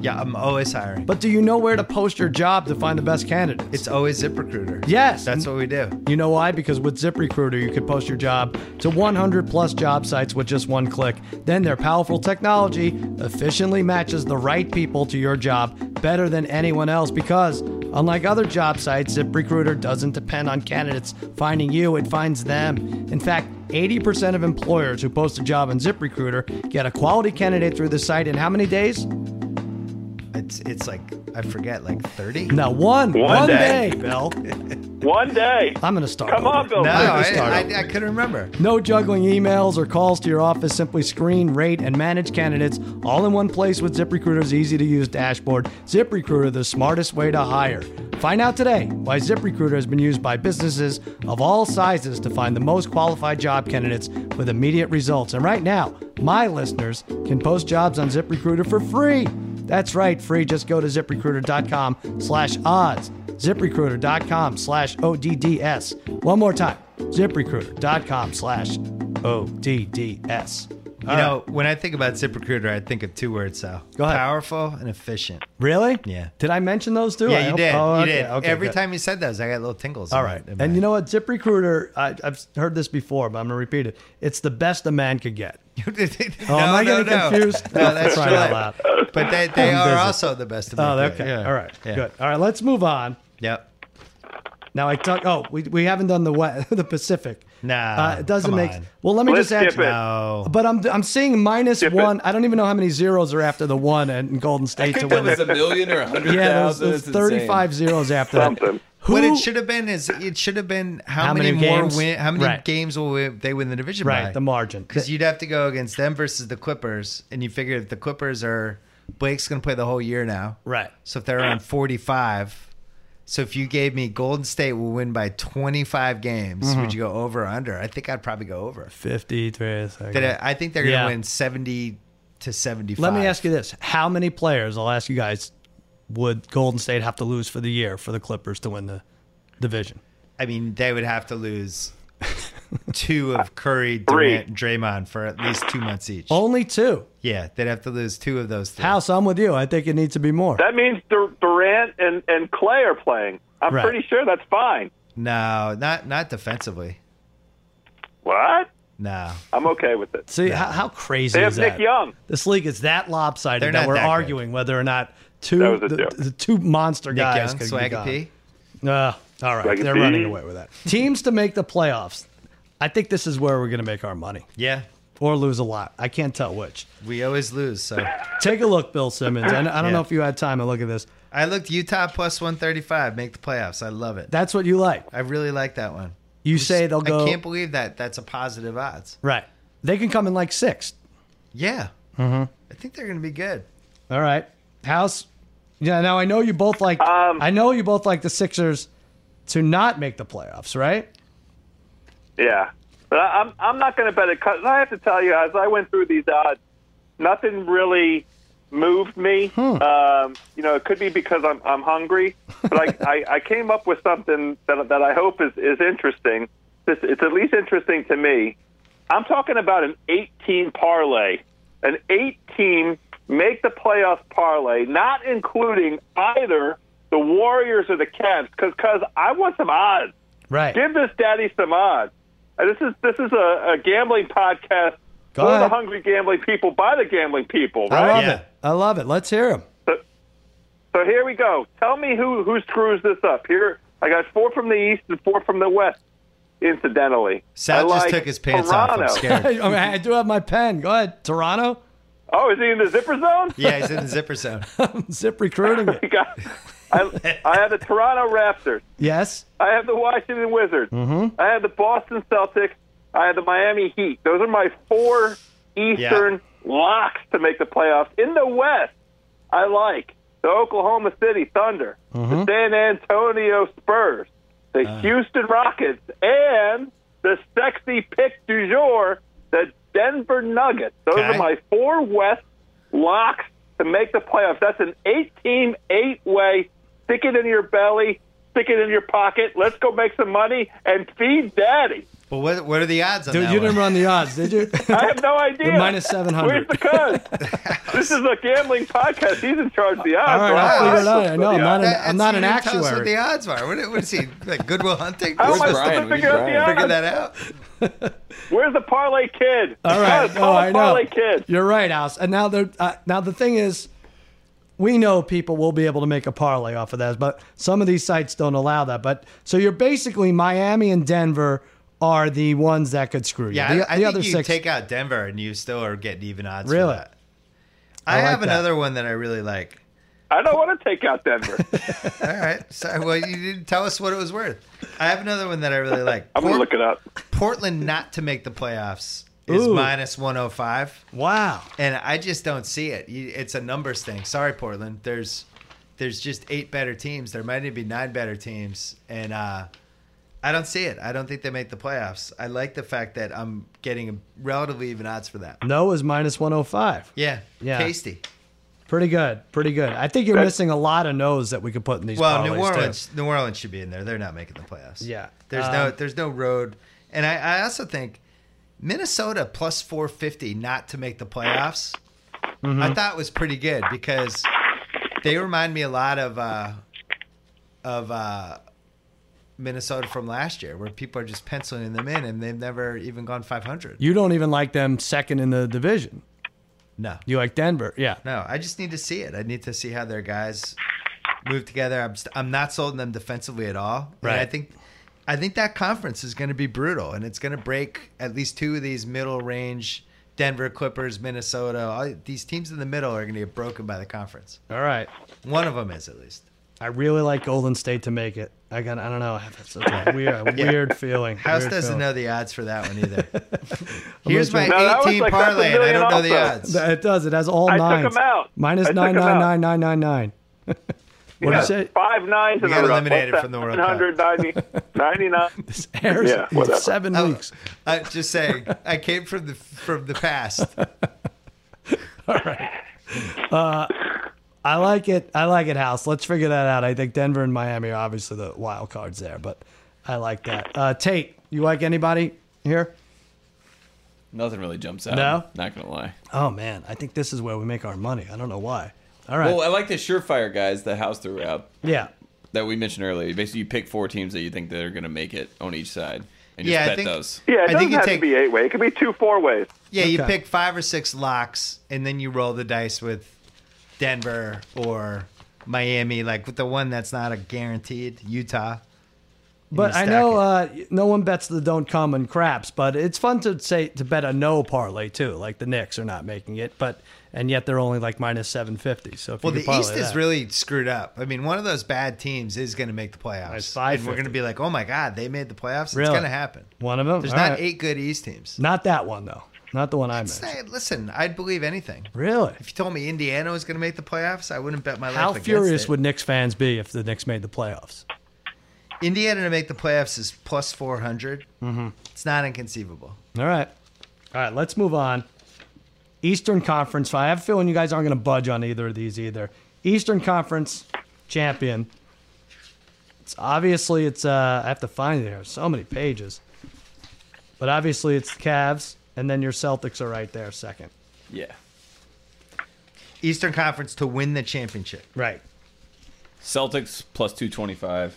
B: Yeah, I'm always hiring.
A: But do you know where to post your job to find the best candidates?
B: It's always ZipRecruiter.
A: Yes.
B: That's what we do.
A: You know why? Because with ZipRecruiter, you could post your job to 100 plus job sites with just one click. Then their powerful technology efficiently matches the right people to your job better than anyone else because, unlike other job sites, ZipRecruiter doesn't depend on candidates finding you, it finds them. In fact, 80% of employers who post a job on ZipRecruiter get a quality candidate through the site in how many days?
B: I It's it's like I forget, like thirty.
A: No, one, one
C: One
A: day.
C: day.
A: Bill.
C: One day.
A: I'm going to start.
C: Come on,
A: over.
C: Bill.
B: No,
A: Let me
B: I,
A: start
B: I, I couldn't remember.
A: No juggling emails or calls to your office. Simply screen, rate, and manage candidates all in one place with ZipRecruiter's easy to use dashboard. ZipRecruiter, the smartest way to hire. Find out today why ZipRecruiter has been used by businesses of all sizes to find the most qualified job candidates with immediate results. And right now, my listeners can post jobs on ZipRecruiter for free. That's right, free. Just go to ziprecruiter.com slash odds. ZipRecruiter.com slash ODDS. One more time ziprecruiter.com slash odds
B: You know, when I think about ZipRecruiter, I think of two words, Sal.
A: Go ahead.
B: Powerful and efficient.
A: really
B: Yeah.
A: did i mention those two I
B: Yeah, you
A: hope-
B: did.
A: oh,
B: you
A: okay,
B: did.
A: okay,
B: Every
A: good.
B: time you said those, I got little tingles.
A: all right and you know what ziprecruiter I, i've heard this before but i'm gonna repeat it it's the best a man could get
B: know,
A: Oh, am I getting confused?
B: No,
A: Oh,
B: that's
A: crying
B: right.
A: out loud.
B: But they, they
A: I'm
B: are
A: busy.
B: also the best. Of
A: oh
B: my
A: okay
B: grade. Yeah.
A: all right
B: Yeah.
A: good all right let's move on
B: Yep.
A: now i talk oh we, we haven't done the west the pacific
B: Nah,
A: uh, it doesn't
B: come
A: make
B: on.
A: well let me
C: Let's
A: just ask
C: skip it.
B: No.
A: but i'm i'm seeing minus
C: Skip it.
A: one i don't even know how many zeros are after the one and golden state to
D: think there
A: win
D: was
A: this
D: a million or a hundred
A: yeah there's,
D: thousand.
A: there's
D: It's insane.
A: 35 zeros after that
C: Something.
A: Who-
B: what it should have been is it should have been how,
A: How
B: many,
A: many
B: more
A: games?
B: win, how many
A: Right.
B: games will we, they win the division
A: right
B: by?
A: the margin
B: because you'd have to go against them versus the Clippers, and you figure if the Clippers are Blake's going to play the whole year now,
A: Right.
B: So if they're on forty-five, so if you gave me Golden State will win by twenty-five games, would
A: Mm-hmm.
B: you go over or under? I think I'd probably go over.
A: 53
B: Did I, I think they're going to
A: Yeah.
B: win seventy to seventy-five.
A: Let me ask you this. How many players, I'll ask you guys, would Golden State have to lose for the year for the Clippers to win the division?
B: I mean, they would have to lose. two of Curry,
C: Three.
B: Durant, and Draymond for at least two months each.
A: Only two.
B: Yeah, they'd have to lose two of those. Three.
A: House, I'm with you. I think it needs to be more.
C: That means Dur- Durant and, and Clay are playing. I'm
A: Right.
C: pretty sure that's fine.
B: No, not not defensively.
C: What?
B: No,
C: I'm okay with it.
A: See, how, how crazy
C: They have
A: is that?
C: Nick Young.
A: This league is that lopsided
B: They're
A: that
B: not
A: we're
B: that good.
A: arguing whether or not two
C: That was a
A: the,
C: joke.
A: the two monster
B: Nick
A: guys
B: Young,
A: could be
B: Swaggy
A: gone.
B: P.
A: Uh, all right,
C: Swaggy
A: they're
C: P.
A: running away with that. Teams to make the playoffs. I think this is where we're going to make our money
B: Yeah,
A: or lose a lot. I can't tell which.
B: we always lose. So
A: Take a look, Bill Simmons. I, I don't know
B: Yeah.
A: if you had time to look at this.
B: I looked Utah plus one thirty five make the playoffs. I love it.
A: That's what you like.
B: I really like that one.
A: You say they'll go
B: I can't believe that. That's a positive odds.
A: right. They can come in like sixth.
B: Yeah,
A: Mm-hmm.
B: I think they're going to be good.
A: All right, House. Yeah. Now I know you both like.
C: Um,
A: I know you both like the Sixers to not make the playoffs, right?
C: Yeah, but I, I'm I'm not going to bet it. 'cause I have to tell you, as I went through these odds, nothing really moved me. Um, you know, it could be because I'm I'm hungry, but I, I, I came up with something that that I hope is is interesting. It's, it's at least interesting to me. I'm talking about an 18 parlay, an 18 make the playoff parlay, not including either the Warriors or the Cavs, because I want some odds.
A: Right.
C: Give this daddy some odds. Uh, This is this is a, a gambling podcast
A: Go
C: for the
A: ahead.
C: hungry gambling people by the gambling people,
A: I
C: right?
A: love
B: Yeah.
A: it. I love it. Let's hear him.
C: So here we go. Tell me who who screws this up. Here I got four from the east and four from the west. Incidentally,
B: Sal
C: I
B: just
C: like
B: took his pants off.
C: Toronto.
B: I'm
A: I,
B: scared.
A: mean, I do have my pen. Go ahead, Toronto.
C: Oh, is he in the zipper zone?
B: yeah, he's in the zipper zone.
A: Zip recruiting
C: You
A: it.
C: got- I, I have the Toronto Raptors.
A: Yes.
C: I have the Washington Wizards. I have the Boston Celtics. I have the Miami Heat. Those are my four Eastern locks to make the playoffs. In the West, I like the Oklahoma City Thunder, the San Antonio Spurs, the
A: Ah.
C: Houston Rockets, and the sexy pick du jour, the Denver Nuggets. Those
B: Okay.
C: are my four West locks to make the playoffs. That's an eight team, eight way. Stick it in your belly, stick it in your pocket. Let's go make some money and feed daddy.
B: But what what are the odds on
A: Dude,
B: that?
A: you didn't
B: one?
A: run the odds, did you?
C: I have no idea.
A: minus 700.
C: Where's the cuz? this is a gambling podcast. He's in charge of the odds.
A: All right, I'll
C: so I'm
A: figure it
C: not
A: out. I know, I'm not an- I'm not
C: supposed to be
B: you
A: an
B: didn't tell us
A: actuary.
B: what the odds are. What, what is he like? Goodwill Hunting?
C: How
B: We're
C: am I
B: supposed
C: supposed to
D: Brian? We need
C: figure out the
D: Brian.
C: odds?
D: Figure
B: to figure that out.
C: Where's the parlay kid?
A: All right.
C: Cuz,
A: Oh,
C: call a
A: I know.
C: Parlay kid.
A: You're right, House. And now they're uh, now the thing is, we know people will be able to make a parlay off of that, but some of these sites don't allow that. But so you're basically Miami and Denver are the ones that could screw you.
B: Yeah,
A: the,
B: I, I
A: the
B: think
A: other
B: you
A: six.
B: take out Denver and you still are getting even odds. for
A: Really?
B: that. I,
A: like
B: have
A: that.
B: another one that I really like.
C: I don't want to take out Denver.
B: All right. So, well, you didn't tell us what it was worth. I have another one that I really like.
C: I'm gonna
B: Port-
C: look it up.
B: Portland not to make the playoffs is
A: Ooh.
B: minus 105,
A: Wow.
B: and I just don't see it. You- It's a numbers thing. Sorry, Portland. There's there's just eight better teams. There might even be nine better teams, and uh, I don't see it. I don't think they make the playoffs. I like the fact that I'm getting a relatively even odds for that.
A: No is minus 105.
B: Yeah,
A: Yeah.
B: tasty.
A: Pretty good. Pretty good. I think you're missing a lot of no's that we could put in these
B: Well,
A: parlays,
B: New
A: too.
B: Orleans, New Orleans should be in there. They're not making the playoffs.
A: Yeah.
B: there's no,
A: Um,
B: there's no road, and I, I also think Minnesota plus four fifty not to make the playoffs.
A: Mm-hmm.
B: I thought was pretty good because they remind me a lot of uh, of uh, Minnesota from last year, where people are just penciling them in and they've never even gone five hundred.
A: You don't even like them second in the division.
B: No,
A: You like Denver. Yeah.
B: No, I just need to see it. I need to see how their guys move together. I'm st- I'm not sold on them defensively at all. And
A: Right.
B: I think I think that conference is going to be brutal, and it's going to break at least two of these middle range. Denver, Clippers, Minnesota, all these teams in the middle are going to get broken by the conference.
A: All right.
B: One of them is at least.
A: I really like Golden State to make it. I got. I don't know. That's a weird, weird feeling.
B: House
A: Weird
B: doesn't
A: feeling.
B: know the odds for that one either. Here's my
C: No, that was
B: 18
C: like- that's a
B: parlay, and I
C: million
B: don't know the
C: also.
B: odds.
A: Th- It does. It has all
C: I took
A: nines.
C: 'em out. I
A: Minus
C: took 'em
A: nine
C: out.
A: nine nine nine nine nine. What
C: Yeah,
A: did you say?
C: Five nines
B: We
C: in a
B: got
C: row.
B: eliminated
C: What's
B: from
C: that?
B: the World Cup.
C: 190, 99.
A: Harris,
C: Yeah, whatever.
A: seven
B: Oh,
A: weeks.
B: I'm just saying, I came from the from the past.
A: I like it. I like it, House. Let's figure that out. I think Denver and Miami are obviously the wild cards there, but I like that. Uh, Tate, you like anybody here?
D: Nothing really jumps out.
A: No?
D: Not going to lie.
A: Oh man, I think this is where we make our money. I don't know why. All right.
D: Well, I like the surefire guys that House threw out
A: yeah.
D: that we mentioned earlier. Basically, you pick four teams that you think that are going to make it on each side and just
B: Yeah, I
D: bet
B: think-
D: those.
C: Yeah, it
B: I think
C: doesn't
B: you
C: have
B: take-
C: to be eight way. It could be two four ways.
B: Yeah, you
A: Okay.
B: pick five or six locks, and then you roll the dice with Denver or Miami, like with the one that's not a guaranteed Utah.
A: But
B: you
A: I
B: stack
A: know
B: it.
A: uh, no one bets the don't come and craps, but it's fun to say to bet a no parlay too. Like the Knicks are not making it, but and yet they're only like minus seven fifty. So if
B: Well,
A: you
B: the
A: could parlay
B: East is
A: that-
B: really screwed up. I mean, one of those bad teams is going to make the playoffs,
A: It's
B: and we're
A: 550.
B: going to be like, "Oh my God, they made the playoffs!
A: Really?
B: It's going to happen."
A: one of them.
B: There's
A: All
B: not
A: right.
B: eight good East teams.
A: Not that one though. Not the one I mentioned.
B: Say, listen, I'd believe anything.
A: Really?
B: If you told me Indiana was going to make the playoffs, I wouldn't bet my life.
A: How
B: against
A: furious
B: it.
A: would Knicks fans be if the Knicks made the playoffs?
B: Indiana to make the playoffs is plus four Mm-hmm. It's not inconceivable.
A: All right. All right, let's move on. Eastern Conference. I have a feeling you guys aren't going to budge on either of these either. Eastern Conference champion. It's obviously it's uh I have to find it here. So many pages. But obviously it's the Cavs and then your Celtics are right there second.
D: Yeah.
B: Eastern Conference to win the championship.
A: Right.
D: Celtics plus 225,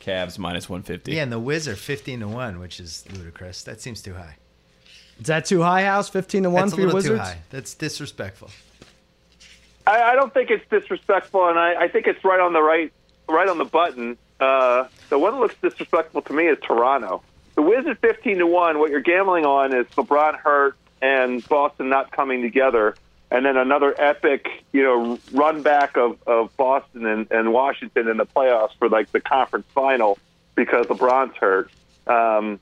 D: Cavs minus 150.
B: Yeah, and the Wiz are fifteen to one, which is ludicrous. That seems too high.
A: Is that too high house 15 to 1
B: That's a
A: for your
B: little
A: Wizards?
B: too high. That's disrespectful.
C: I, I don't think it's disrespectful, and I, I think it's right on the right, right on the button. Uh, the one that looks disrespectful to me is Toronto. The Wiz at fifteen to one. What you're gambling on is LeBron hurt and Boston not coming together, and then another epic, you know, run back of, of Boston and, and Washington in the playoffs for like the conference final because LeBron's hurt. Um,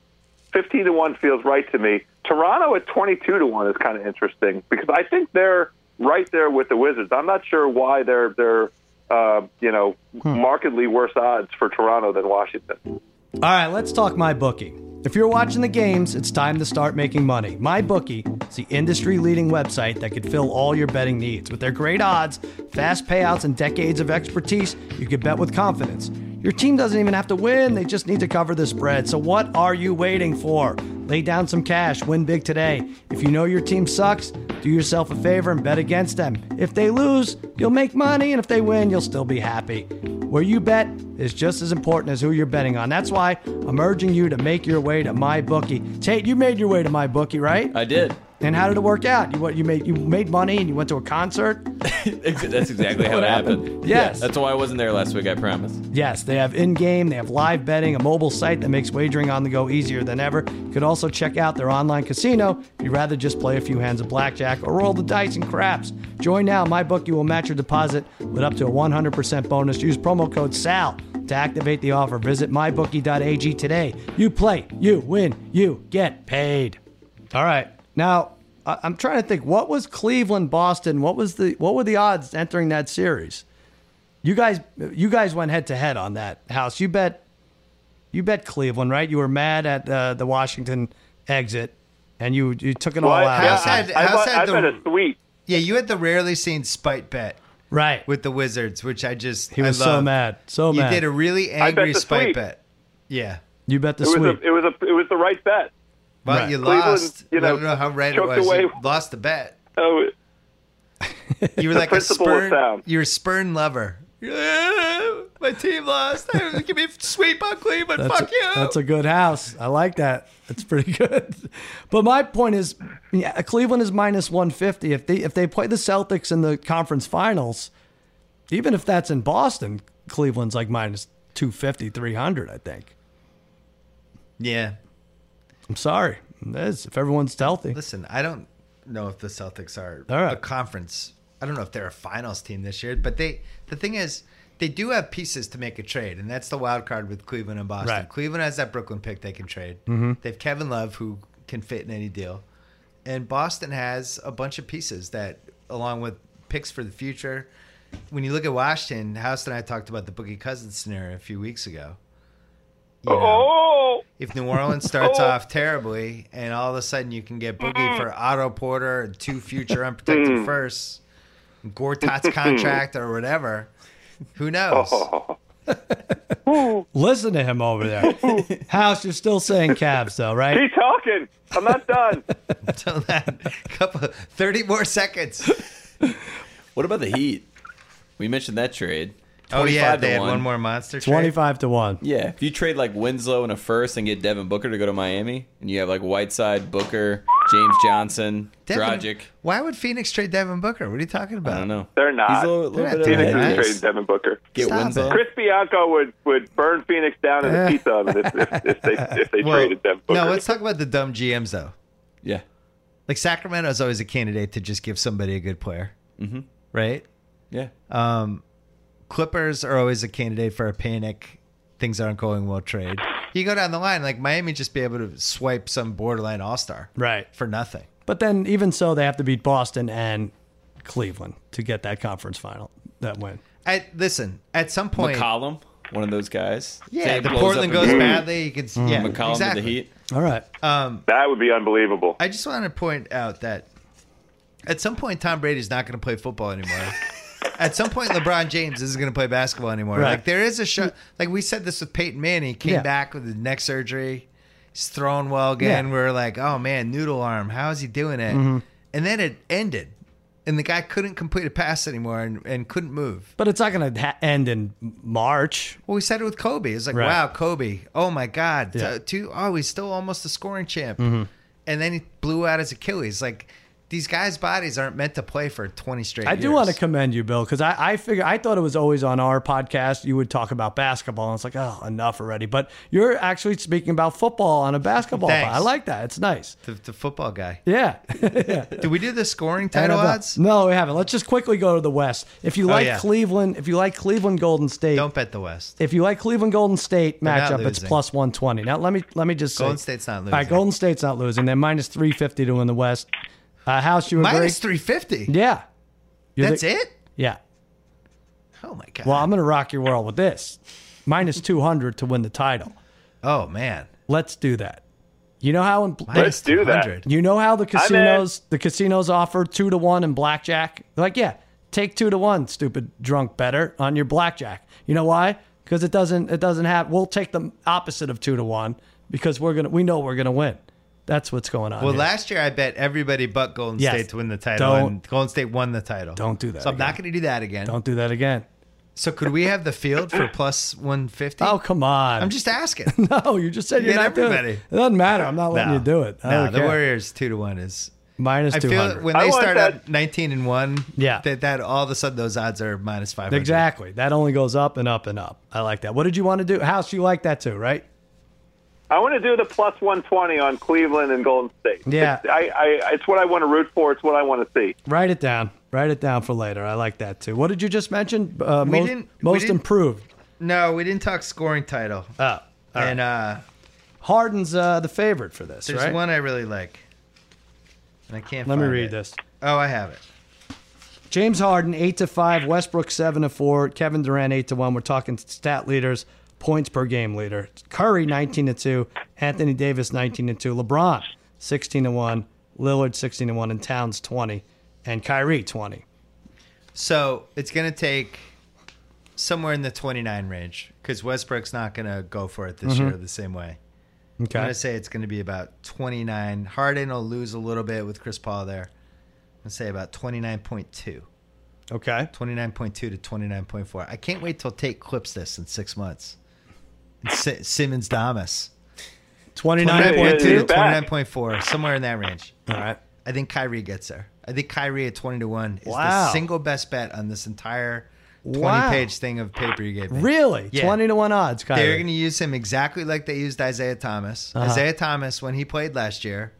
C: 15 to 1 feels right to me. Toronto at 22 to 1 is kind of interesting because I think they're right there with the Wizards. I'm not sure why they're they're uh, you know
B: Hmm.
C: markedly worse odds for Toronto than Washington.
B: Oh,
A: All right, let's talk my bookie. If you're watching the games, it's time to start making money. My bookie is the industry-leading website that could fill all your betting needs. With their great odds, fast payouts, and decades of expertise, you can bet with confidence. Your team doesn't even have to win, they just need to cover the spread. So what are you waiting for? Lay down some cash, win big today. If you know your team sucks, do yourself a favor and bet against them. If they lose, you'll make money, and if they win, you'll still be happy. Where you bet is just as important as who you're betting on. That's
D: Uh,
A: why I'm urging you to make your way to my bookie. Tate, you made your way to my bookie, right?
D: I did.
A: And how did it work out? You what you made you made money and you went to a concert?
D: That's exactly how
A: What
D: it
A: happened?
D: happened.
A: Yes.
D: that's why I wasn't there last week. I promise.
A: Yes, they have in game, they have live betting, a mobile site that makes wagering on the go easier than ever. You could also check out their online casino if you'd rather just play a few hands of blackjack or roll the dice and craps. Join now, my bookie will match your deposit with up to a 100% bonus. Use promo code SAL to activate the offer. Visit mybookie.ag today. You play, you win, you get paid. All right. Now, I- I'm trying to think what was Cleveland Boston? What was the what were the odds entering that series? You guys, you guys went head to head on that house. You bet, you bet Cleveland, right? You were mad at uh, the Washington exit, and you you took it all
C: I,
A: out,
B: House
C: I,
B: had-
C: I,
B: House
C: I,
B: had
C: I bet
B: the-
C: a sweet.
B: Yeah, you had the rarely seen spite bet
A: right?
B: with the Wizards, which I just
A: he was
B: I
A: so
B: love.
A: mad, so
B: You
A: mad.
B: did a really
C: bet
B: angry
C: the
B: spite
C: sweep.
B: bet. Yeah,
A: you bet the
C: It was
A: sweep.
C: a, it was a, it was the right bet.
B: but
A: Right.
B: you
C: Cleveland,
B: lost.
C: you
B: I
C: know,
B: don't know how right it
C: choked
B: was. You
C: away.
B: lost the bet.
C: Oh,
B: You were like a
C: principle was
B: spurn.
C: sound.
B: You're a spurn lover. Yeah, My team lost. Give me a sweep on Cleveland.
A: that's
B: Fuck
A: a,
B: you.
A: That's a good house. I like that. That's pretty good. But my point is, yeah, Cleveland is minus one fifty. If they if they play the Celtics in the conference finals, even if that's in Boston, Cleveland's like minus 250, 300, I think.
B: yeah.
A: I'm sorry. It is, if everyone's healthy.
B: Listen, I don't know if the Celtics are
A: All right.
B: a conference. I don't know if they're a finals team this year, but they the thing is they do have pieces to make a trade, and that's the wild card with Cleveland and Boston.
A: Right. Mm-hmm.
B: Cleveland has that Brooklyn pick they can trade. They have Kevin Love who can fit in any deal, and Boston has a bunch of pieces that, along with picks for the future. When you look at Washington, House and I talked about the Boogie Cousins scenario a few weeks ago. You know,
C: oh,
B: if New Orleans starts off terribly and all of a sudden you can get
C: Mm-hmm.
B: Boogie for Otto Porter and two future
C: Mm.
B: unprotected firsts, Gortat's contract or whatever, who knows?
C: Oh.
A: Listen to him over there. House, you're still saying Cavs, though, right?
C: keep talking. I'm not done.
B: Until then, couple, 30 more seconds. Oh,
D: What about the Heat? We mentioned that trade.
B: Oh, yeah,
D: 25 to
B: they had
D: one.
B: one more monster trade.
A: 25 to 1.
D: Yeah, if you trade like Winslow and a first and get Devin Booker to go to Miami, and you have like Whiteside, Booker, James Johnson,
B: Devin-
D: Dragic.
B: Why would Phoenix trade Devin Booker? What are you talking about?
D: I don't know.
C: They're not.
D: He's a little,
B: They're
D: little
B: not
D: bit
C: Phoenix
D: of a
B: doing
D: headache.
C: would
B: Nice.
C: trade Devin Booker.
D: Get
B: Stop
D: Winslow.
B: it.
C: Chris Bianco would, would burn Phoenix down in a pizza oven if, if, if they, if they
B: Well,
C: traded Devin Booker.
B: No, let's talk about the dumb GMs, though.
D: Yeah,
B: Like, Sacramento is always a candidate to just give somebody a good player, mm-hmm. right?
D: yeah.
B: Um, Clippers are always a candidate for a panic. Things aren't going well. Trade. You go down the line, like Miami, just be able to swipe some borderline all star,
A: Right.
B: For nothing.
A: But then, even so, they have to beat Boston and Cleveland to get that conference final, that win.
B: I listen. At some point,
D: McCollum, one of those guys.
B: yeah,
D: Say it
B: the
D: blows
B: Portland
D: up
B: goes
D: and-
B: badly. You can, yeah,
D: McCollum
B: exactly.
D: to Mm-hmm. the Heat.
A: All right. Uh,
C: that would be unbelievable.
B: I just want to point out that at some point, Tom Brady's not going to play football anymore. at some point, LeBron James isn't going to play basketball anymore.
A: Right.
B: Like there is a show. Like we said this with Peyton Manning, came
A: Yeah.
B: back with the neck surgery. He's throwing well again.
A: Yeah. Mm-hmm.
B: We are like, oh man, noodle arm. How is he doing it? And then it ended, and the guy couldn't complete a pass anymore and, and couldn't move.
A: But it's not going to ha- end in March.
B: Well, we said it with Kobe. It's like,
A: Right.
B: wow, Kobe. Oh my God.
A: Yeah. Mm-hmm.
B: T- Two, oh, he's still almost a scoring champ. And then he blew out his Achilles. Like these guys' bodies aren't meant to play for twenty straight.
A: I do
B: years.
A: want to commend you, Bill, because I, I figure I thought it was always on our podcast you would talk about basketball, and it's like, oh, enough already. But you're actually speaking about football on a basketball.
B: Thanks.
A: pod. I like that. It's nice.
B: the, the football guy.
A: Yeah.
B: Did we do the scoring title
A: NFL.
B: odds?
A: No, we haven't. Let's just quickly go to the West. If you like
B: Oh, yeah.
A: Cleveland, if you like Cleveland Golden State,
B: Don't bet the West.
A: if you like Cleveland Golden State
B: not
A: matchup, it's
B: losing.
A: plus one twenty. Now let me let me just say,
B: Golden State's not
A: All right,
B: losing.
A: Golden State's not losing. They're minus three fifty to win the West. Uh, House, you agree?
B: Minus three fifty.
A: Yeah. You're
B: That's
A: the-
B: it.
A: Yeah.
B: Oh my god.
A: Well, I'm going to rock your world with this. Minus 200 to win the title.
B: oh man.
A: Let's do that. You know how in,
C: Let's do that.
B: 200.
A: you know how the
C: in.
A: casinos the casinos offer 2 to 1 in blackjack? They're like, "Yeah, take 2 to 1, stupid drunk better on your blackjack." You know why? Cuz it doesn't it doesn't have we'll take the opposite of 2 to 1 because we're going to we know we're going to win. That's what's going on.
B: Well,
A: here.
B: last year I bet everybody but Golden
A: Yes.
B: State to win the title,
A: Don't-
B: and Golden State won the title.
A: Don't do that
B: So I'm not
A: again.
B: going to do that again.
A: Don't do that again.
B: So could we have the field for plus one fifty?
A: Oh, come on.
B: I'm just asking.
A: No, you just said
B: You
A: you're
B: get
A: not doing it.
B: everybody.
A: It doesn't matter. I'm not letting you do it. I
B: No,
A: don't
B: the
A: care.
B: Warriors two to one is
A: Minus
B: I feel
A: 200.
B: when
C: I
B: they
C: want
B: start
C: that-
B: at 19 and 1,
A: Yeah.
B: that, that all of a sudden those odds are minus 500.
A: Exactly. That only goes up and up and up. I like that. What did you want to do? House, you like that too, right?
C: I want to do the plus 120 on Cleveland and Golden State.
A: Yeah.
C: It's, I, I, it's what I want to root for. It's what I want to see.
A: Write it down. Write it down for later. I like that too. What did you just mention? Uh, most
B: didn't- we
A: most
B: didn't-
A: improved.
B: No, we didn't talk scoring title.
A: Oh, all right.
B: and uh,
A: Harden's uh, the favorite for this,
B: there's
A: right?
B: one I really like. And I can't
A: Let me
B: find
A: read
B: it.
A: this.
B: Oh, I have it.
A: James Harden eight to five, Westbrook seven to four, Kevin Durant eight to one. We're talking stat leaders, points per game leader. Curry nineteen to two, Anthony Davis nineteen to two, LeBron sixteen to one, Lillard sixteen to one, and Towns twenty, and Kyrie twenty.
B: So it's going to take somewhere in the 29 range because Westbrook's not going to go for it this
A: Mm-hmm.
B: year the same way. I'm
A: Okay,
B: going to say it's going to be about 29. Harden will lose a little bit with Chris Paul there. I'm going to say about 29.2.
A: okay.
B: 29.2 to 29.4. I can't wait till Tate clips this in six months. Si- Simmons Damas.
A: Twenty nine point
B: 29.2
C: He's
B: to
A: two.
C: back.
B: 29.4, somewhere in that range.
A: All right.
B: I think Kyrie gets there. I think Kyrie at 20 to 1 is
A: Wow.
B: the single best bet on this entire 20
A: Wow.
B: page thing of paper you gave me.
A: Really,
B: Yeah.
A: twenty to one odds, Kyrie.
B: They're going to use him exactly like they used Isaiah Thomas. Isaiah Thomas, when he played last year,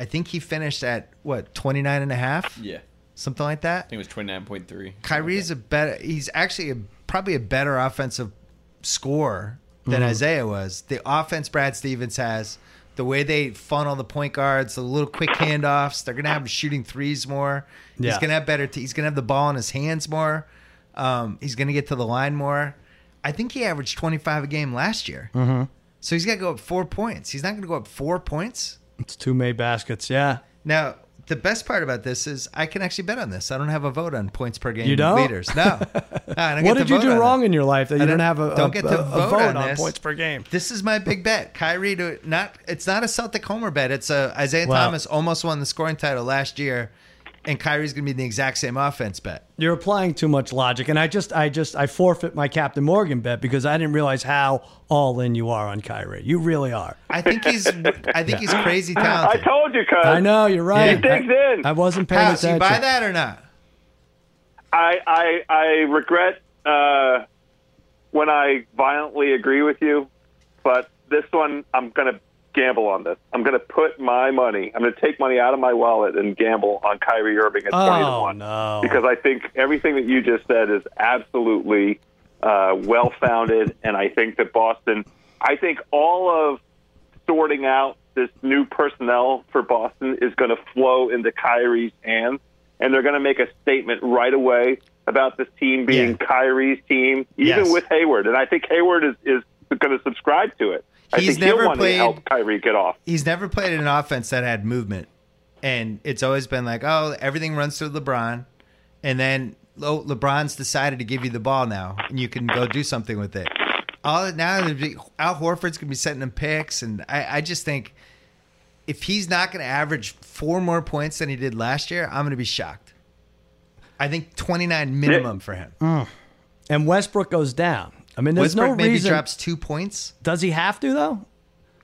B: I think he finished at what, 29 and a half?
D: Yeah.
B: Something like that?
D: I think it was 29.3.
B: Kyrie's a better. He's actually a, probably a better offensive scorer than Isaiah was. The offense Brad Stevens has, the way they funnel the point guards, the little quick handoffs. They're gonna have him shooting threes more. He's
A: Yeah.
B: gonna have better. T- he's gonna have the ball in his hands more. Um, he's gonna get to the line more. I think he averaged twenty five a game last year. So he's got to go up four points. He's not gonna go up four points.
A: It's two made baskets. Yeah.
B: Now, the best part about this is I can actually bet on this. I don't have a vote on points per game
A: You don't?
B: leaders. No. No, I don't
A: What
B: get to
A: did you
B: vote
A: do
B: on
A: wrong
B: that.
A: in your life that you
B: I
A: don't
B: don't-
A: have a,
B: don't
A: a-
B: get to
A: a- a
B: vote on
A: on
B: this.
A: points per game?
B: This is my big bet. Kyrie to not it's not a Celtic homer bet. It's a Isaiah
A: Wow.
B: Thomas almost won the scoring title last year and Kyrie's going to be the exact same offense bet.
A: You're applying too much logic, and I just, I just, I forfeit my Captain Morgan bet because I didn't realize how all in you are on Kyrie. You really are.
B: I think he's I think he's crazy
C: I
B: talented.
C: told you, cuz.
A: I know you're right.
B: Yeah.
A: I,
C: Uh, Digs in.
A: I wasn't paying
B: House,
A: attention.
B: you buy that or not?
C: I, I, I regret uh, when I violently agree with you, but this one, I'm going to gamble on this. I'm going to put my money, I'm going to take money out of my wallet and gamble on Kyrie Irving at 20 to
A: Oh
C: 1.
A: no!
C: Because I think everything that you just said is absolutely uh, well founded, and I think that Boston, I think all of sorting out this new personnel for Boston is going to flow into Kyrie's hands, and they're going to make a statement right away about this team being
B: Yeah.
C: Kyrie's team, even
B: Yes.
C: with Hayward. And I think Hayward is, is going to subscribe to it. I
B: He's
C: think he'll
B: never
C: want
B: played-
C: to help Kyrie get off.
B: he's never played in an offense that had movement, and it's always been like, oh, everything runs through LeBron, and then oh, LeBron's decided to give you the ball now, and you can go do something with it. All now, it'd be- Al Horford's gonna be setting him picks, and I, I just think if he's not gonna average four more points than he did last year, I'm gonna be shocked. I think 29 minimum for him.
A: and Westbrook goes down. I mean, there's
B: Westbrook
A: no
B: maybe
A: reason.
B: drops two points.
A: Does he have to though?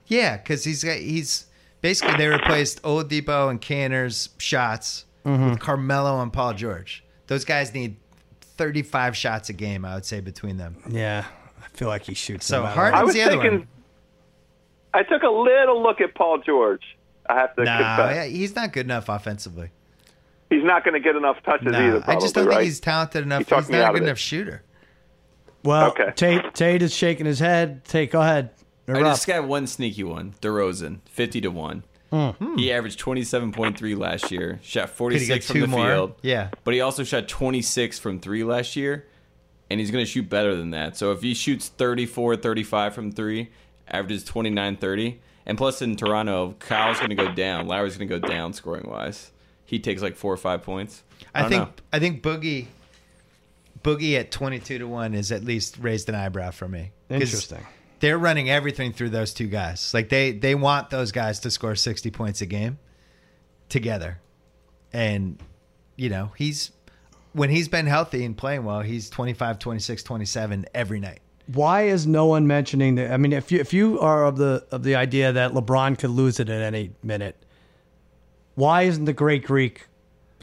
B: Yeah, because he's got he's basically they replaced Oladipo and Canner's shots
C: Mm-hmm.
B: with Carmelo and Paul George. Those guys need thirty-five shots a game, I would say, between them.
A: Yeah, I feel like he shoots.
B: So
A: no matter
B: Harden-
A: what.
C: I was
B: the other
C: thinking,
B: one?
C: I took a little look at Paul George. I have to
B: No,
C: confess.
B: yeah, he's not good enough offensively.
C: he's not going to get enough touches
B: No,
C: either.
B: I just don't
C: probably, right?
B: think he's talented enough.
C: You talked
B: he's
C: me
B: not a
C: out of
B: good
C: it.
B: enough shooter.
A: Well,
C: Okay.
A: Tate, Tate is shaking his head. Tate, go ahead. You're
D: I
A: up.
D: just got one sneaky one. DeRozan, fifty to one.
B: Hmm.
D: He averaged twenty seven point three last year. Shot forty
B: Could he get
D: six from
B: two
D: the
B: more?
D: field.
B: Yeah.
D: but he also shot twenty six from three last year, and he's going to shoot better than that. So if he shoots 34, 35 from three, averages 29, 30, and plus in Toronto, Kyle's going to go down. Lowry's going to go down scoring wise. He takes like four or five points.
B: I,
D: don't
B: think
D: know.
B: I think Boogie Boogie at twenty-two to one is at least raised an eyebrow for me. 'Cause
A: Interesting.
B: They're running everything through those two guys. Like they they want those guys to score sixty points a game together, and you know he's when he's been healthy and playing well, he's 25, 26, 27 every night.
A: Why is no one mentioning that? I mean, if you if you are of the of the idea that LeBron could lose it at any minute, Why isn't the Great Greek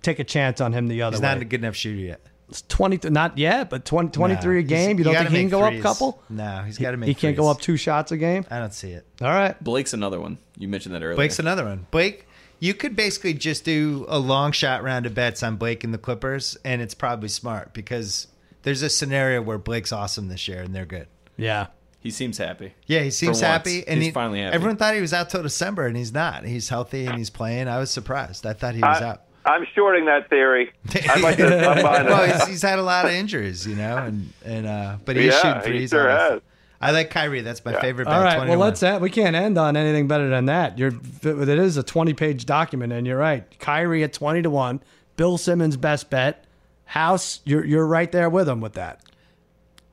A: take a chance on him the other
B: He's
A: way?
B: not a good enough shooter yet.
A: it's 20, not yet, but 20, 23 a
B: Nah,
A: game.
B: he's-
A: You don't
B: gotta
A: think he can
B: make
A: go up a
B: threes.
A: couple?
B: No, he's got to make.
A: He can't go
B: threes.
A: up two shots a game.
B: I don't see it.
A: All right.
D: Blake's another one. You mentioned that earlier.
B: Blake's another one. Blake, you could basically just do a long shot round of bets on Blake and the Clippers, and it's probably smart because there's a scenario where Blake's awesome this year and they're good.
A: Yeah.
D: he seems happy.
B: Yeah, he seems
D: For once.
B: happy, and
D: he's
B: he-
D: finally happy.
B: Everyone thought he was out till December, and he's not. He's healthy and he's playing. I was surprised. I thought he was
C: I,
B: out.
C: I'm shorting that theory. I'd like to. I'm buying
B: well,
C: it.
B: he's, he's had a lot of injuries, you know, and and uh, but he's
C: Yeah,
B: shooting
C: he
B: threes.
C: sure
B: all that
C: has.
B: stuff. I like Kyrie. That's my favorite. Bet,
A: All right. Well,
B: 21.
A: let's end. We can't end on anything better than that. You're, it is a 20 page document, and you're right. Kyrie at 20 to 1. Bill Simmons, best bet. House, you're, you're right there with him with that.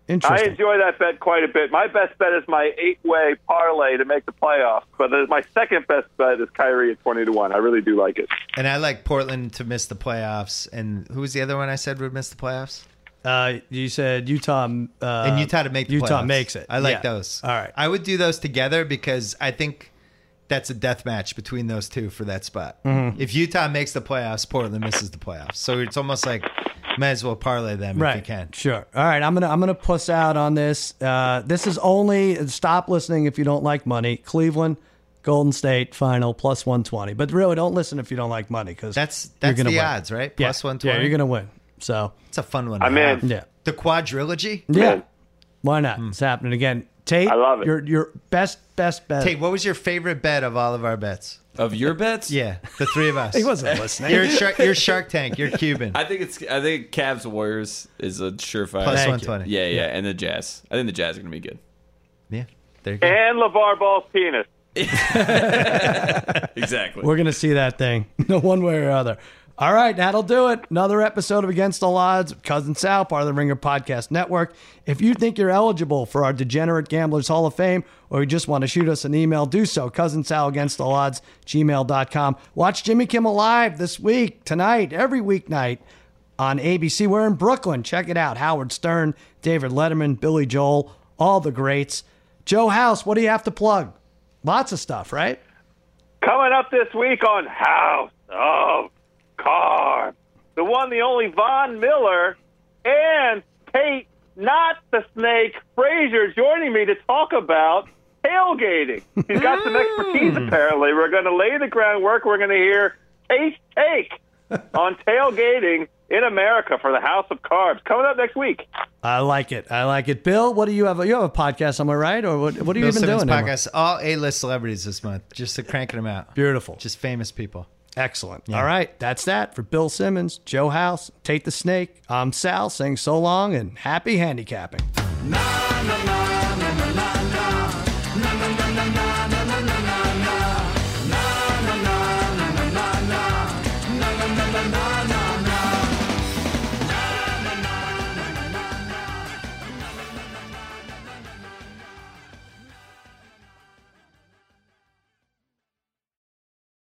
C: I
A: Interesting.
C: enjoy that bet quite a bit. My best bet is my eight-way parlay to make the playoffs, but then my second best bet is Kyrie at twenty to one. I really do like it.
B: And I like Portland to miss the playoffs. And who was the other one I said would miss the playoffs?
A: Uh, you said Utah. Uh,
B: and Utah to make the
A: Utah
B: playoffs.
A: makes it.
B: I like
A: Yeah.
B: those.
A: All right.
B: I would do those together because I think that's a death match between those two for that spot.
A: Mm-hmm.
B: If Utah makes the playoffs, Portland misses the playoffs. So it's almost like might as well parlay them
A: right.
B: if you can.
A: Sure. All right. I'm gonna I'm gonna puss out on this. Uh, this is only stop listening if you don't like money. Cleveland, Golden State final plus 120. But really, don't listen if you don't like money because
B: That's
A: you're
B: that's the
A: gonna win.
B: odds, right?
A: Yeah.
B: Plus one twenty.
A: Yeah, you're gonna win. So
B: It's a fun one.
C: I'm
B: to have.
C: in.
A: yeah,
B: The quadrilogy.
A: yeah.
C: Yeah.
A: Why not?
B: Hmm.
A: It's happening again. Tate,
C: I love it.
A: Your your best best bet.
B: Hey, what was your favorite bet of all of our bets?
D: of your bets,
B: Yeah, the three of us.
A: he wasn't listening.
B: You're Shark, you're Shark Tank. You're Cuban.
D: I think it's. I think Cavs Warriors is a surefire.
B: Plus
A: you.
B: one twenty.
D: yeah, yeah, and the Jazz. I think the Jazz are gonna be good.
B: yeah. There you go.
C: And Levar Ball's penis.
D: Exactly.
A: We're gonna see that thing, no one way or other. All right, that'll do it. Another episode of Against the Odds, Cousin Sal, part of the Ringer Podcast Network. If you think you're eligible for our Degenerate Gamblers Hall of Fame, or you just want to shoot us an email, do so. Cousin Sal Against the Odds, gmail.com. Watch Jimmy Kimmel Live this week, tonight, every weeknight on ABC. We're in Brooklyn. Check it out. Howard Stern, David Letterman, Billy Joel, all the greats. Joe House, what do you have to plug? Lots of stuff, right?
C: Coming up this week on House of Cards, the one, the only Von Miller and Tate, not the snake, Frazier, joining me to talk about tailgating. He's got some expertise, apparently. We're going to lay the groundwork. We're going to hear Tate's take on tailgating in America for the House of Cards. Coming up next week.
A: I like it. I like it. Bill, what do you have? You have a podcast somewhere, right? Or what, what are you
B: Bill
A: even
B: Simmons
A: doing? anymore?
B: podcast. All A-list celebrities this month, just to cranking them out.
A: Beautiful.
B: Just famous people.
A: Excellent. All right. That's that for Bill Simmons, Joe House, Tate the Snake. I'm Sal saying so long and happy handicapping.
E: na na na